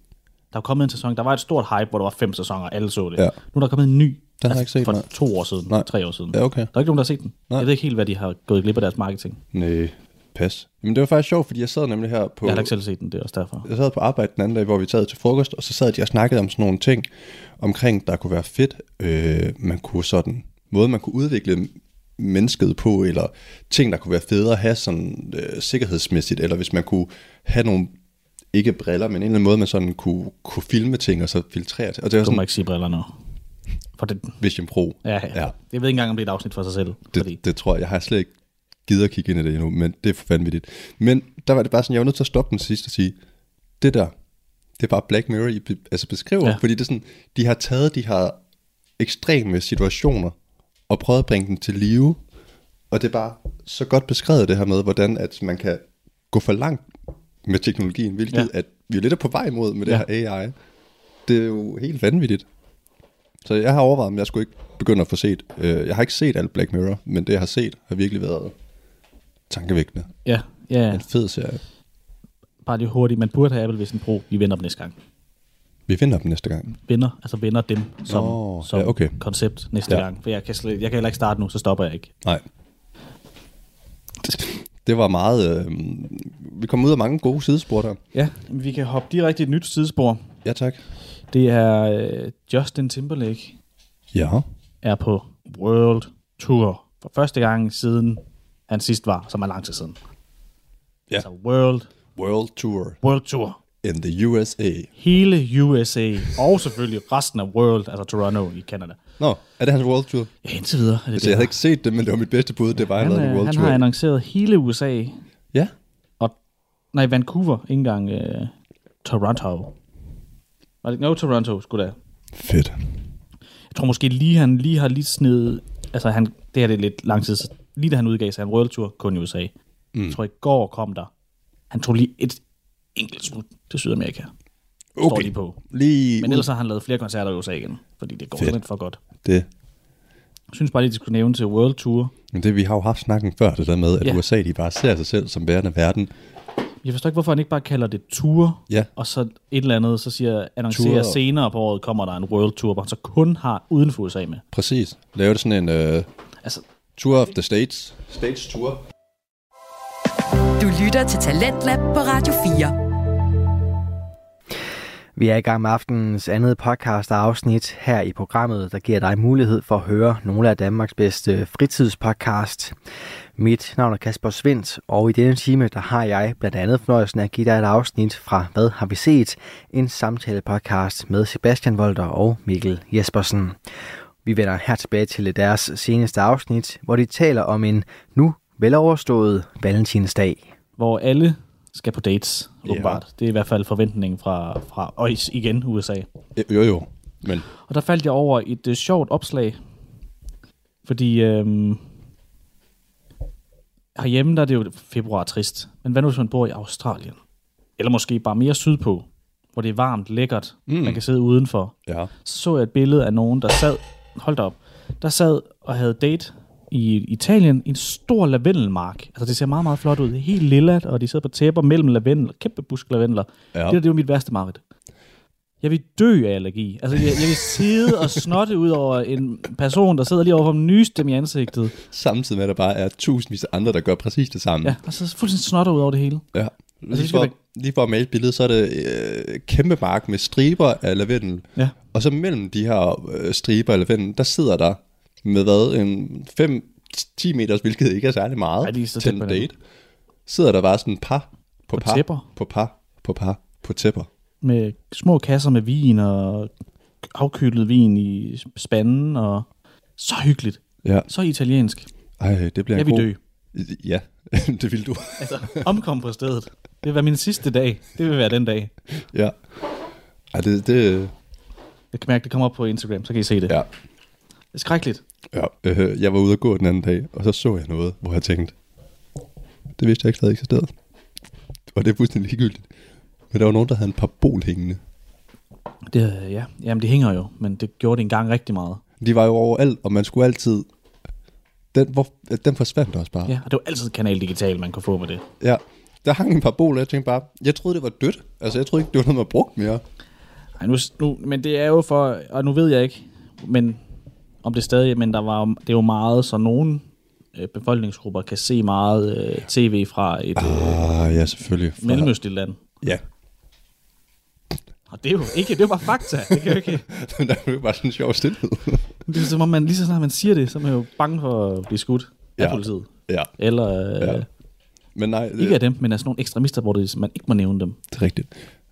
Speaker 4: Der er kommet en sæson, der var et stort hype, hvor der var fem sæsoner, og alle så det.
Speaker 5: Ja.
Speaker 4: Nu er der kommet en ny, altså,
Speaker 5: Den har jeg ikke set,
Speaker 4: for
Speaker 5: nej.
Speaker 4: to år siden,
Speaker 5: Nej.
Speaker 4: tre år siden.
Speaker 5: Ja, okay.
Speaker 4: Der er ikke nogen, der har set den.
Speaker 5: Nej.
Speaker 4: Jeg ved ikke helt, hvad de har gået glip af deres marketing. Jeg
Speaker 5: Nej, øh, pas. Men det var faktisk sjovt, fordi jeg sad nemlig her på...
Speaker 4: har heller ikke selv set den, det er også derfor.
Speaker 5: jeg sad på arbejde den anden dag, hvor vi sad til frokost, og så sad de og snakkede om sådan nogle ting, omkring, der kunne være fedt, øh, man kunne sådan, måde man kunne udvikle mennesket på, eller ting, der kunne være federe at have sådan øh, sikkerhedsmæssigt, eller hvis man kunne have nogle, ikke briller, men en eller anden måde, man sådan kunne, kunne filme ting, og så filtrere det. Og det var
Speaker 4: Du må
Speaker 5: sådan,
Speaker 4: ikke sige briller nu. For det,
Speaker 5: Vision Pro.
Speaker 4: ja, ja.
Speaker 5: ja
Speaker 4: Jeg ved ikke engang, om det er et afsnit for sig selv. fordi,
Speaker 5: det, det tror jeg. Jeg har slet ikke givet at kigge ind i det endnu, men det er for vanvittigt. Men der var det bare sådan, jeg var nødt til at stoppe den sidste og sige, det der, det er bare Black Mirror, I be, altså beskriver. Ja.
Speaker 4: Ja.
Speaker 5: Fordi det er sådan, de har taget de her ekstreme situationer og prøvet at bringe dem til live. Og det er bare så godt beskrevet det her med, hvordan at man kan gå for langt med teknologien, hvilket ja.
Speaker 4: Ja.
Speaker 5: at vi jo lidt er på vej mod med det
Speaker 4: Ja.
Speaker 5: her AI. Det er jo helt vanvittigt. Så jeg har overvejet, om jeg skulle ikke begynde at få set. Øh, jeg har ikke set alt Black Mirror, men det jeg har set har virkelig været tankevækkende.
Speaker 4: ja, ja,
Speaker 5: Ja.
Speaker 4: ja.
Speaker 5: En fed serie.
Speaker 4: Bare lige hurtigt. Man burde have Apple Vision Pro. Vi vender dem næste gang.
Speaker 5: Vi finder dem næste gang.
Speaker 4: Vinder, altså vinder dem som,
Speaker 5: Nå,
Speaker 4: som
Speaker 5: ja, okay.
Speaker 4: koncept næste
Speaker 5: Ja.
Speaker 4: ja. gang. For jeg kan, slet, jeg kan heller ikke starte nu, så stopper jeg ikke.
Speaker 5: Nej. Det var meget... Øh, vi kom ud af mange gode sidespor der.
Speaker 4: Ja, vi kan hoppe direkte i et nyt sidespor.
Speaker 5: Ja, tak.
Speaker 4: Det er øh, Justin Timberlake
Speaker 5: Ja.
Speaker 4: er på World Tour for første gang siden han sidst var, som er lang tid siden.
Speaker 5: Ja.
Speaker 4: Altså World,
Speaker 5: World Tour
Speaker 4: World Tour.
Speaker 5: in the USA.
Speaker 4: Hele USA, og selvfølgelig resten af World, altså Toronto i Canada.
Speaker 5: Nå, er det hans World Tour?
Speaker 4: Ja, indtil videre. Er det
Speaker 5: Altså, jeg havde ikke set det, men det var mit bedste bud. Det var, at han,
Speaker 4: han,
Speaker 5: lavede
Speaker 4: øh,
Speaker 5: en World
Speaker 4: han
Speaker 5: Tour.
Speaker 4: har annonceret hele USA,
Speaker 5: Ja.
Speaker 4: og nej, Vancouver, ikke engang øh, Toronto. Var det ikke? No, Toronto skulle da.
Speaker 5: Fedt.
Speaker 4: Jeg tror måske lige, han lige har lige snedet... Altså, han, det her det er lidt lang tid. siden. Lige da han udgav sig en World Tour, kun i USA. Mm. Jeg tror, i går kom der. Han tog lige et enkelt smut til Sydamerika. Okay. Står
Speaker 5: Okay.
Speaker 4: lige på.
Speaker 5: Lige
Speaker 4: Men
Speaker 5: ud.
Speaker 4: ellers har han lavet flere koncerter i USA igen, fordi det går
Speaker 5: Fedt.
Speaker 4: Fedt. lidt for godt.
Speaker 5: Det
Speaker 4: Jeg synes bare lige, de skulle nævne til World Tour.
Speaker 5: Men det, vi har jo haft snakken før, det der med, at ja.
Speaker 4: Ja.
Speaker 5: USA de bare ser sig selv som værende verden.
Speaker 4: Jeg forstår ikke, hvorfor han ikke bare kalder det Tour,
Speaker 5: Ja.
Speaker 4: og så et eller andet, så siger, annoncerer
Speaker 5: Tour.
Speaker 4: Tour. senere på året, kommer der en World Tour, hvor han så kun har uden for USA med.
Speaker 5: Præcis. Lave det sådan en uh,
Speaker 4: Altså,
Speaker 5: tour of the states. States tour.
Speaker 7: Du lytter til Talentlab på Radio 4.
Speaker 1: Vi er i gang med aftenens andet podcast afsnit her i programmet, der giver dig mulighed for at høre nogle af Danmarks bedste fritidspodcast. Mit navn er Kasper Svindt, og i denne time der har jeg blandt andet fornøjelsen af at give dig et afsnit fra Hvad har vi set? En samtalepodcast med Sebastian Volter og Mikkel Jespersen. Vi vender her tilbage til deres seneste afsnit, hvor de taler om en nu veloverstået valentinsdag.
Speaker 4: hvor alle skal på dates, åbenbart. Det er i hvert fald forventningen fra, fra og is- igen USA.
Speaker 5: Jo, jo. Men
Speaker 4: Og der faldt jeg over et øh, sjovt opslag, fordi øhm, herhjemme der er det jo februar trist, men hvad nu hvis man bor i Australien? Eller måske bare mere sydpå, hvor det er varmt, lækkert, mm. man kan sidde udenfor.
Speaker 5: ja,
Speaker 4: Så så jeg et billede af nogen, der sad, hold da op, der sad og havde date i Italien i en stor lavendelmark. Altså det ser meget, meget flot ud. Det er helt lilla, og de sidder på tæpper mellem lavendel, kæmpe busk lavendler.
Speaker 5: Ja.
Speaker 4: Ja. Det, der, det er jo mit værste mareridt. Jeg vil dø af allergi. Altså, jeg, jeg vil sidde og snotte ud over en person, der sidder lige overfor mig, nyste dem i ansigtet.
Speaker 5: samtidig med, at der bare er tusindvis af andre, der gør præcis det samme.
Speaker 4: Ja, Altså, og så fuldstændig snotter ud over det hele.
Speaker 5: ja.
Speaker 4: det
Speaker 5: Lige,
Speaker 4: skal
Speaker 5: for,
Speaker 4: da-
Speaker 5: lige for at male et billede, så er det øh, kæmpe mark med striber af lavendel.
Speaker 4: Ja.
Speaker 5: Og så mellem de her øh, striber af lavendel, der sidder der med hvad, en 5-10 meters, hvilket ikke er særlig meget,
Speaker 4: Ej, de er så
Speaker 5: til
Speaker 4: tæt
Speaker 5: en
Speaker 4: på hinanden.
Speaker 5: date, sidder der bare sådan par på,
Speaker 4: På
Speaker 5: par,
Speaker 4: tæpper.
Speaker 5: på par, på par, på tæpper.
Speaker 4: Med små kasser med vin og afkølet vin i spanden. Og så hyggeligt.
Speaker 5: Ja.
Speaker 4: Så italiensk.
Speaker 5: Ej, det bliver
Speaker 4: Jeg
Speaker 5: en
Speaker 4: vil
Speaker 5: god...
Speaker 4: dø.
Speaker 5: Ja, (laughs) det vil du.
Speaker 4: Altså, omkom på stedet. Det vil være min sidste dag. Det vil være den dag.
Speaker 5: ja. Ej, det, det...
Speaker 4: Jeg kan mærke, det kommer op på Instagram, så kan I se det.
Speaker 5: Ja.
Speaker 4: Det er skrækkeligt.
Speaker 5: Ja. Øh, jeg var ude at gå den anden dag, og så så jeg noget, hvor jeg tænkte, det vidste jeg ikke stadig eksisterede. Og det er fuldstændig ligegyldigt. Men der var nogen, der havde en parabol hængende.
Speaker 4: Det, øh, ja. Jamen, det hænger jo, men det gjorde det engang rigtig meget.
Speaker 5: De var jo overalt, og man skulle altid... Den, hvor, den forsvandt også bare.
Speaker 4: Ja, og det var altid kanal digital, man kunne få med det.
Speaker 5: Ja. Der hang en parabol, og jeg tænkte bare, jeg troede, det var dødt. Altså, jeg troede ikke, det var noget, man brugte mere.
Speaker 4: Ej, nu, nu, men det er jo for, og nu ved jeg ikke, men om det stadig, men der var, jo- det er jo meget, så nogle øh, befolkningsgrupper kan se meget øh, tv fra et øh,
Speaker 5: Ah, ja, selvfølgelig. Fra-
Speaker 4: mellemøstligt land.
Speaker 5: Ja. (laughs)
Speaker 4: Og det er jo ikke, det er jo bare fakta. Det kan jo
Speaker 5: (laughs)
Speaker 4: ikke,
Speaker 5: der er jo bare sådan en sjov stillhed. (laughs)
Speaker 4: det er som om, man, lige så snart man siger det, så er man jo bange for at blive skudt af
Speaker 5: Ja.
Speaker 4: politiet.
Speaker 5: ja.
Speaker 4: Eller øh,
Speaker 5: Ja. Men nej, det,
Speaker 4: ikke af dem, men af sådan nogle ekstremister, hvor det, man ikke må nævne dem.
Speaker 5: det er rigtigt.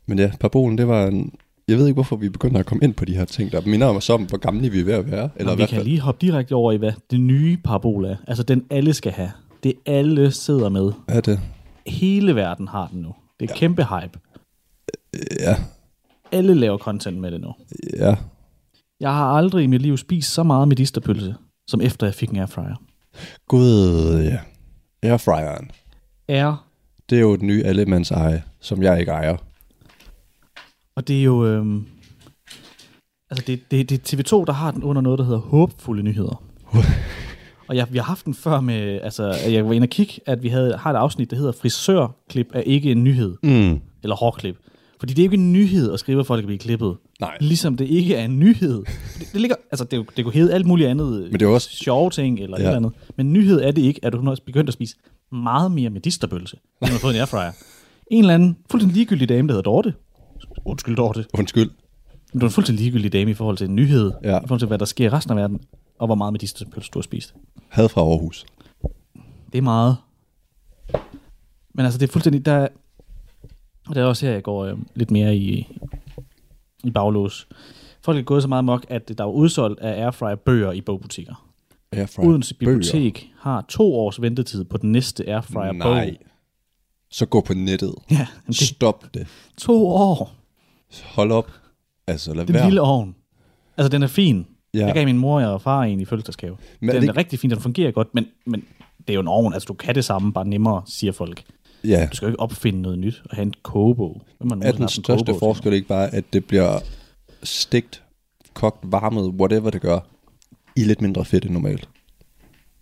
Speaker 5: Men ja, parabolen, det var en... Jeg ved ikke, hvorfor vi begynder at komme ind på de her ting, der minder om os om, hvor gamle vi er ved at være.
Speaker 4: Eller
Speaker 5: Eller i
Speaker 4: vi
Speaker 5: hvert
Speaker 4: kan
Speaker 5: fald,
Speaker 4: lige hoppe direkte over i, hvad det nye parabol er. Altså den alle skal have. Det alle sidder med.
Speaker 5: er det?
Speaker 4: Hele verden har den nu. Det er ja. kæmpe hype.
Speaker 5: Ja,
Speaker 4: Alle laver content med det nu.
Speaker 5: ja.
Speaker 4: Jeg har aldrig i mit liv spist så meget medisterpølse, som efter jeg fik en airfryer.
Speaker 5: Gud, ja. Airfryeren.
Speaker 4: Air.
Speaker 5: Det er jo den nye allemands eje, som jeg ikke ejer.
Speaker 4: Og det er jo... Øhm, altså det, det, det er TV2, der har den under noget, der hedder håbfulde
Speaker 5: (laughs)
Speaker 4: nyheder. og jeg, vi har haft den før med... Altså, at jeg var inde og kigge, at vi havde, har et afsnit, der hedder Frisørklip er ikke en nyhed.
Speaker 5: Mm.
Speaker 4: eller hårklip. Fordi det er jo ikke en nyhed at skrive, at folk kan blive klippet.
Speaker 5: Nej.
Speaker 4: Ligesom det ikke er en nyhed. Det, det ligger, altså det, er jo- det kunne hedde alt muligt andet. Men
Speaker 5: det er jo også-
Speaker 4: Sjove ting eller ja. et
Speaker 5: Ja.
Speaker 4: eller andet. Men nyhed er det ikke, at hun også begyndt at spise meget mere medisterbølse, end hun har fået en airfryer. En eller anden fuldstændig ligegyldig dame, der hedder Dorte. Undskyld, Dorte.
Speaker 5: Undskyld.
Speaker 4: Men du er en fuldstændig ligegyldig dame i forhold til en nyhed.
Speaker 5: Ja.
Speaker 4: I forhold til, hvad der sker i resten af verden. Og hvor meget medisterbølse du har spist.
Speaker 5: Had fra Aarhus.
Speaker 4: Det er meget. Men altså, det er fuldstændig... Der, og det er også her, jeg går øh, lidt mere i, i baglås. Folk er gået så meget mok, at der er udsolgt af airfryer bøger i bogbutikker.
Speaker 5: Airfryer.
Speaker 4: Odense Bibliotek bøger. har to års ventetid på den næste airfryer bog.
Speaker 5: Nej. Så gå på nettet.
Speaker 4: (laughs) Ja, men det er
Speaker 5: Stop det.
Speaker 4: to år.
Speaker 5: Hold op. Altså, lad
Speaker 4: Den
Speaker 5: være.
Speaker 4: lille ovn. Altså, den er fin.
Speaker 5: Ja.
Speaker 4: Ja. Jeg gav min mor og far en i fødselsdagsgave. Den
Speaker 5: Men er det
Speaker 4: er
Speaker 5: ikke-
Speaker 4: rigtig fin, den fungerer godt, men, men det er jo en ovn. Altså, du kan det samme, bare nemmere, siger folk.
Speaker 5: Ja.
Speaker 4: Du skal jo ikke opfinde noget nyt og have en kogebog. Hvem har
Speaker 5: Er
Speaker 4: nogensinde
Speaker 5: den
Speaker 4: haft en
Speaker 5: største
Speaker 4: kogebog til
Speaker 5: forskel ikke bare, at det bliver stegt, kogt, varmet, whatever det gør, i lidt mindre fedt end normalt?
Speaker 4: noget?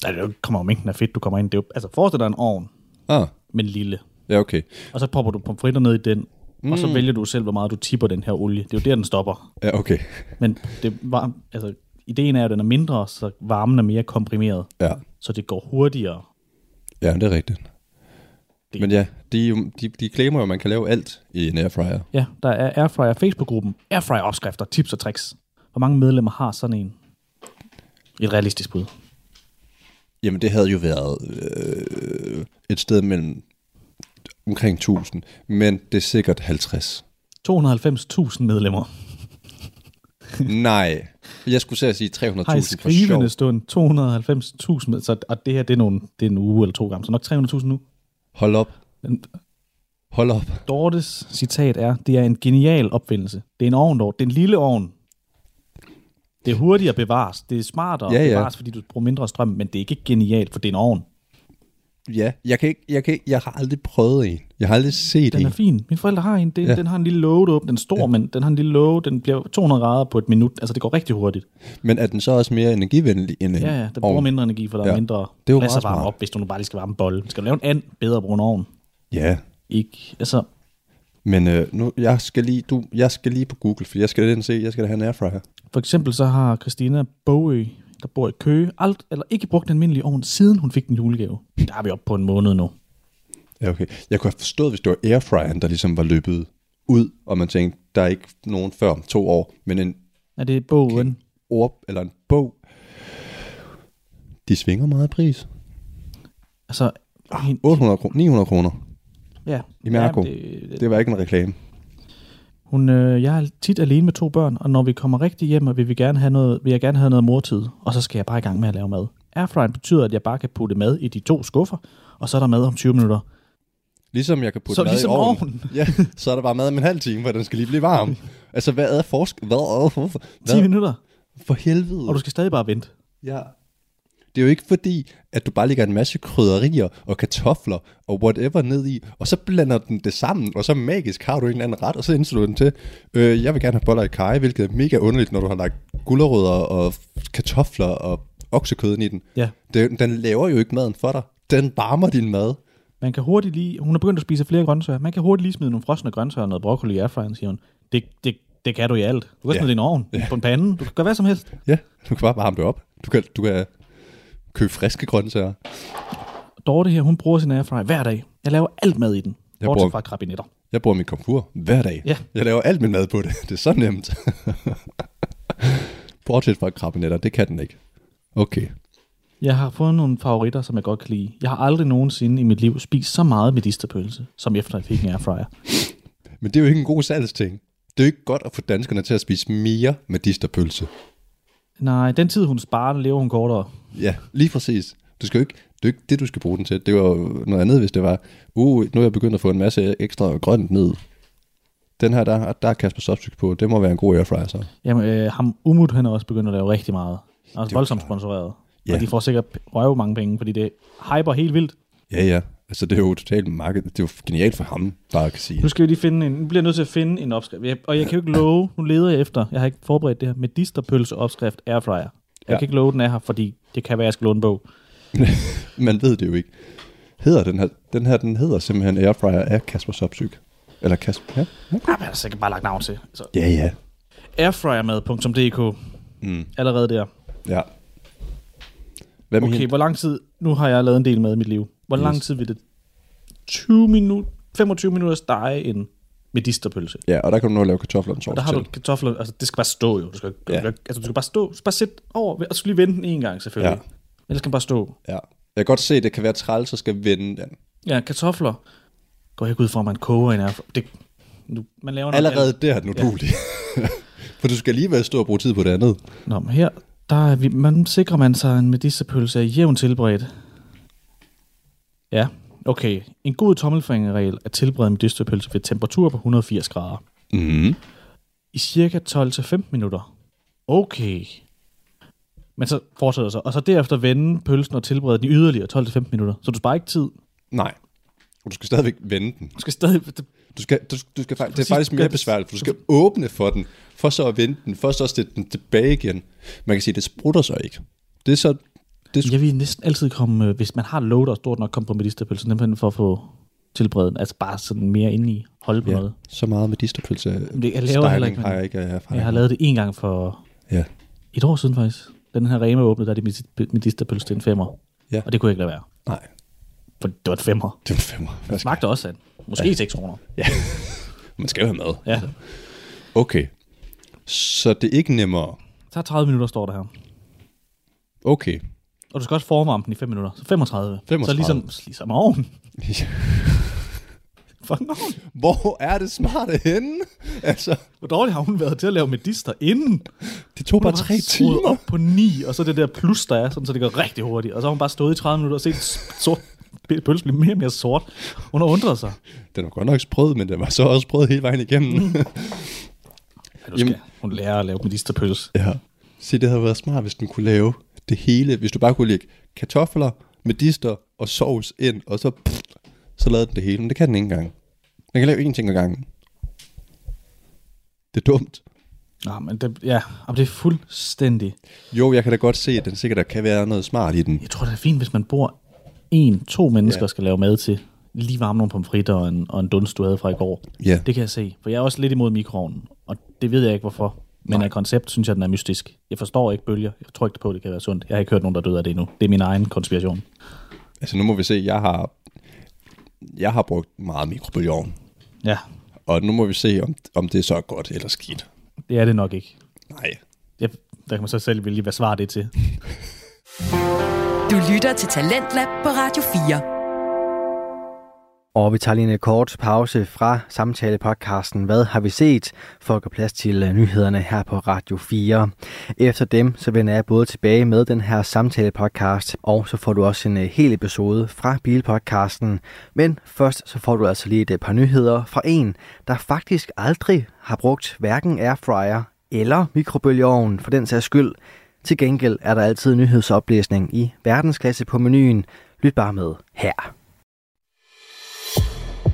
Speaker 4: Nej, det er jo ikke- kommer jo mængden af fedt, du kommer ind. Det er jo, altså forestil dig en ovn,
Speaker 5: Ah,
Speaker 4: men lille.
Speaker 5: ja okay.
Speaker 4: Og så popper du pomfritter ned i den, mm. og så vælger du selv, hvor meget du tipper den her olie. Det er jo der, den stopper.
Speaker 5: Ja okay.
Speaker 4: Men det var, altså, ideen er jo, at den er mindre, så varmen er mere komprimeret.
Speaker 5: Ja,
Speaker 4: Så det går hurtigere.
Speaker 5: ja men det er rigtigt.
Speaker 4: Det-
Speaker 5: Men ja, de, er jo- de, de claimer jo, at man kan lave alt i en airfryer.
Speaker 4: Ja, der er Airfryer Facebook-gruppen. Airfryer-opskrifter, tips og tricks. Hvor mange medlemmer har sådan en? Et realistisk bud.
Speaker 5: Jamen det havde jo været øh, et sted mellem omkring 1000, men det er
Speaker 4: (laughs)
Speaker 5: sikkert 50.
Speaker 4: 290.000 medlemmer
Speaker 5: Nej, jeg skulle til at sige 300.000
Speaker 4: har i
Speaker 5: for sjov.
Speaker 4: skrivende stund 290.000, med- så, og det her det er, nogle, det er en uge eller to gange, så nok 300.000 nu.
Speaker 5: Hold op,
Speaker 4: Men
Speaker 5: hold op.
Speaker 4: Dortes citat er, det er en genial opfindelse. Det er en ovn, Dorte. Det er en lille ovn. Det er hurtigere bevares. Det er smartere
Speaker 5: Ja,
Speaker 4: ja,
Speaker 5: ja.
Speaker 4: ja. bevares, fordi du bruger mindre strøm, men det er ikke genialt, for det er en ovn.
Speaker 5: Ja, jeg, kan ikke, jeg, kan ikke, jeg har aldrig prøvet en. Jeg har aldrig set
Speaker 4: Den er
Speaker 5: en.
Speaker 4: fin. Mine forældre har en. Det,
Speaker 5: Ja.
Speaker 4: ja. Den har en lille låge deroppe. Den er stor, ja. men den har en lille låge. Den bliver 200 grader på et minut. Altså, det går rigtig hurtigt.
Speaker 5: Men er den så også mere energivenlig end en
Speaker 4: Ja, ja. Den bruger
Speaker 5: ovn?
Speaker 4: mindre energi, for der
Speaker 5: Ja.
Speaker 4: er mindre
Speaker 5: Det er jo
Speaker 4: plads
Speaker 5: meget
Speaker 4: at varme
Speaker 5: smart.
Speaker 4: op, hvis du nu bare lige skal varme en bolle. Skal du lave en and, bedre at bruge en ovn.
Speaker 5: Ja,
Speaker 4: Ikke? Altså,
Speaker 5: men øh, nu, jeg, skal lige, du, jeg skal lige på Google, for jeg skal den se, jeg skal da have en airfryer.
Speaker 4: For eksempel så har Christina Bogø, der bor i Køge, alt, eller ikke brugt den almindelige ovn, siden hun fik den julegave. Der er vi oppe på en måned nu.
Speaker 5: Ja, okay. Jeg kunne have forstået, hvis det var airfryeren, der ligesom var løbet ud, og man tænkte, der er ikke nogen før om to år, men en
Speaker 4: Er det bogen? Okay.
Speaker 5: orb eller en bog, de svinger meget i pris.
Speaker 4: Altså, hende,
Speaker 5: 800 kroner, 900 kroner
Speaker 4: ja.
Speaker 5: i Mærko.
Speaker 4: Ja, det, det.
Speaker 5: Det var ikke en reklame.
Speaker 4: Hun, øh, jeg er tit alene med to børn, og når vi kommer rigtig hjem, og vil, vi gerne have noget, vil jeg gerne have noget mortid, og så skal jeg bare i gang med at lave mad. Airfryen betyder, at jeg bare kan putte mad i de to skuffer, og så er der mad om 20 minutter.
Speaker 5: Ligesom jeg kan putte
Speaker 4: Så
Speaker 5: mad
Speaker 4: ligesom
Speaker 5: i ovnen.
Speaker 4: ovnen.
Speaker 5: ja,
Speaker 4: (laughs)
Speaker 5: så er der bare mad om en halv time, for den skal lige blive varm. altså, hvad er forsk... Hvad er...
Speaker 4: 10
Speaker 5: Hvad,
Speaker 4: minutter.
Speaker 5: For helvede.
Speaker 4: Og du skal stadig bare vente.
Speaker 5: Ja. Det er jo ikke fordi, at du bare lægger en masse krydderier og kartofler og whatever ned i, og så blander den det sammen, og så magisk har du en eller anden ret, og så indstiller du den til, øh, jeg vil gerne have boller i kaj, hvilket er mega underligt, når du har lagt gulerødder og kartofler og oksekød ind i den.
Speaker 4: Ja.
Speaker 5: Det, den laver jo ikke maden for dig. Den varmer din mad.
Speaker 4: Man kan hurtigt lige, hun er begyndt at spise flere grøntsager, man kan hurtigt lige smide nogle frosne grøntsager og noget broccoli i airfryeren, siger hun. Det, det, det kan du i alt. Du kan
Speaker 5: Ja.
Speaker 4: smide det i en ovn, på en pande, du kan gøre hvad som helst.
Speaker 5: Ja, du kan bare varme det op. Du kan, du kan købe friske grøntsager.
Speaker 4: Dorte her, hun bruger sin airfryer hver dag. Jeg laver alt mad i den,
Speaker 5: Jeg
Speaker 4: bortset
Speaker 5: bruger-
Speaker 4: fra krabinetter.
Speaker 5: Jeg bruger min komfur hver dag.
Speaker 4: Ja.
Speaker 5: Jeg laver alt min mad på det. Det er så nemt. (laughs) Bortset fra krabbenetter, det kan den ikke. Okay.
Speaker 4: Jeg har fået nogle favoritter, som jeg godt kan lide. Jeg har aldrig nogensinde i mit liv spist så meget medisterpølse, som efter jeg fik en airfryer.
Speaker 5: Men det er jo ikke en god salgsting. Det er jo ikke godt at få danskerne til at spise mere medisterpølse.
Speaker 4: Nej, den tid, hun sparer, lever hun kortere.
Speaker 5: Ja, lige præcis. Du skal jo ikke, det er jo ikke det, du skal bruge den til. Det var jo noget andet, hvis det var, uh, nu er jeg begyndt at få en masse ekstra grønt ned. Den her, der, der er Kasper Sopsyk på. Det må være en god airfryer, så.
Speaker 4: Jamen, øh, ham Umut, han er også begyndt at lave rigtig meget. Han er også voldsomt sponsoreret.
Speaker 5: Ja.
Speaker 4: Og de får sikkert røve mange penge, fordi det hyper helt vildt.
Speaker 5: Ja, ja. Altså, det er jo totalt marked. Det er jo genialt for ham, bare kan sige.
Speaker 4: Nu skal vi lige finde en, nu bliver jeg nødt til at finde en opskrift. Jeg, og jeg kan jo ikke love, nu leder jeg efter, jeg har ikke forberedt det her, medisterpølse opskrift airfryer. Jeg
Speaker 5: Ja.
Speaker 4: kan ikke love, den er her, fordi det kan være, jeg skal låne en bog.
Speaker 5: Man ved det jo ikke. Hedder den her, den her, den hedder simpelthen Airfryer af Kasper Sopsyk. Eller Kasper, ja.
Speaker 4: Ah, men altså, jeg kan bare lagt navn til. Så
Speaker 5: Ja, ja.
Speaker 4: airfryermad.dk
Speaker 5: Mm.
Speaker 4: allerede der.
Speaker 5: Ja. Hvad med
Speaker 4: Okay,
Speaker 5: hende?
Speaker 4: hvor lang tid, nu har jeg lavet en del mad i mit liv. Hvor yes. lang tid vil det 20 minutter, 25 minutter stege en medisterpølse?
Speaker 5: Ja, og der kan du nå at lave kartofler og
Speaker 4: Og
Speaker 5: sovs
Speaker 4: der har du
Speaker 5: til.
Speaker 4: kartofler, altså det skal bare stå jo. Du skal,
Speaker 5: Ja.
Speaker 4: ja. altså, du skal bare stå, du skal bare sætte over, og så skal du lige vende den en gang selvfølgelig.
Speaker 5: Ja.
Speaker 4: Ja. Ellers kan den bare stå.
Speaker 5: Ja. Jeg kan godt se, at det kan være træls, at skal vende den.
Speaker 4: Ja, kartofler. Går jeg ikke ud fra, at man koger en airfryer. Det, nu, man laver noget
Speaker 5: Allerede
Speaker 4: andet.
Speaker 5: der er den udulig. (laughs) For du skal alligevel stå og bruge tid på det andet.
Speaker 4: Nå, men her, der er vi, man sikrer man sig en medisterpølse er jævnt tilberedt. Ja, okay. En god tommelfingerregel er tilberedt en medisterpølse ved temperatur på 180 grader.
Speaker 5: Mm.
Speaker 4: i cirka 12-15 minutter. Okay. Men så fortsætter det så. Og så derefter vende pølsen og tilberede den i yderligere 12-15 minutter. Så du sparer ikke tid.
Speaker 5: Nej. Og du skal stadigvæk vende den.
Speaker 4: Du skal stadig... Det,
Speaker 5: Du skal, du, du skal, faktisk, det
Speaker 4: Præcis,
Speaker 5: er faktisk
Speaker 4: du
Speaker 5: mere
Speaker 4: skal-
Speaker 5: besværligt, for du skal åbne for den, for så at vende den, for så at sætte den tilbage igen. Man kan sige, at det sprutter så ikke. Det er så... Det er,
Speaker 4: jeg vil næsten altid komme... øh, Hvis man har loader der er stort nok, komme på medisterpølsen, simpelthen for at få tilberedt den. Altså bare sådan mere inde i. Holde på ja. noget.
Speaker 5: Så meget med distorpølse. Det,
Speaker 4: jeg laver heller ikke, men-
Speaker 5: har jeg ikke erfaring.
Speaker 4: Jeg har lavet det en gang for
Speaker 5: Ja.
Speaker 4: et år siden faktisk. Den her Rema åbnede, der er det medis- medisterpølse til en femmer.
Speaker 5: Ja.
Speaker 4: Og det kunne jeg ikke lade være.
Speaker 5: Nej,
Speaker 4: For det var et femmer.
Speaker 5: det er en femmer. Man
Speaker 4: Det
Speaker 5: skal,
Speaker 4: smagte også af. Måske ja. 6 kroner.
Speaker 5: man skal jo have mad.
Speaker 4: Ja.
Speaker 5: Okay. Så det er ikke nemmere.
Speaker 4: Så 30 minutter står der her.
Speaker 5: Okay. (laughs)
Speaker 4: Og du skal også forvarme den i 5 minutter. Så 35.
Speaker 5: 35.
Speaker 4: Så ligesom, ligesom (laughs) ovnen.
Speaker 5: Ja.
Speaker 4: Fucking ovnen.
Speaker 5: Hvor er det smarte henne? Altså,
Speaker 4: Hvor dårlig har hun været til at lave medister inden?
Speaker 5: det tog
Speaker 4: Hun har
Speaker 5: bare tre
Speaker 4: skruet
Speaker 5: timer.
Speaker 4: op på 9, og så det der plus, der er, sådan, så det går rigtig hurtigt. Og så har hun bare stået i 30 minutter og set s- sort p- pølse blive mere og mere sort. Hun har undret sig.
Speaker 5: Den var godt nok sprød, men den var så også sprød hele vejen igennem.
Speaker 4: (laughs) Ja, du skal.
Speaker 5: Jamen.
Speaker 4: Hun lærer at lave medisterpølse.
Speaker 5: Ja. Se, det havde været smart, hvis den kunne lave det hele. Hvis du bare kunne lægge kartofler, medister og sovs ind, og så, pff, så lavede den det hele. Men det kan den ikke engang. Den kan lave én ting ad gangen. Det er dumt.
Speaker 4: Nå, men det, ja, men det er fuldstændig.
Speaker 5: Jo, jeg kan da godt se, at den sikkert der kan være noget smart i den.
Speaker 4: Jeg tror, det er fint, hvis man bor en, to mennesker
Speaker 5: Ja.
Speaker 4: ja. skal lave mad til. Lige varme nogle pomfritter og en, og en dunst, du havde fra i går.
Speaker 5: Ja.
Speaker 4: Det kan jeg se, for jeg er også lidt imod mikroovnen, og det ved jeg ikke hvorfor. Men af koncept synes jeg, den er mystisk. Jeg forstår ikke bølger. Jeg tror ikke på, at det kan være sundt. Jeg har ikke hørt nogen, der døde af det endnu. Det er min egen konspiration.
Speaker 5: Altså, nu må vi se, jeg har, jeg har brugt meget mikrobølgeovn.
Speaker 4: Ja,
Speaker 5: Og nu må vi se, om, om det er så godt eller skidt.
Speaker 4: det er det nok ikke.
Speaker 5: Nej.
Speaker 4: Jeg, der kan man så selv vælge, hvad svarer det er til.
Speaker 7: Du lytter til Talentlab på Radio 4.
Speaker 1: Og vi tager lige en øh, kort pause fra samtalepodcasten Hvad har vi set? For at gøre plads til øh, nyhederne her på Radio 4. Efter dem, så vender jeg både tilbage med den her samtalepodcast, og så får du også en øh, hel episode fra Bilpodcasten. Men først så får du altså lige et øh, par nyheder fra en, der faktisk aldrig har brugt hverken airfryer eller mikrobølgeovn for den sags skyld. Til gengæld er der altid nyhedsoplæsning i verdensklasse på menuen. Lyt bare med her.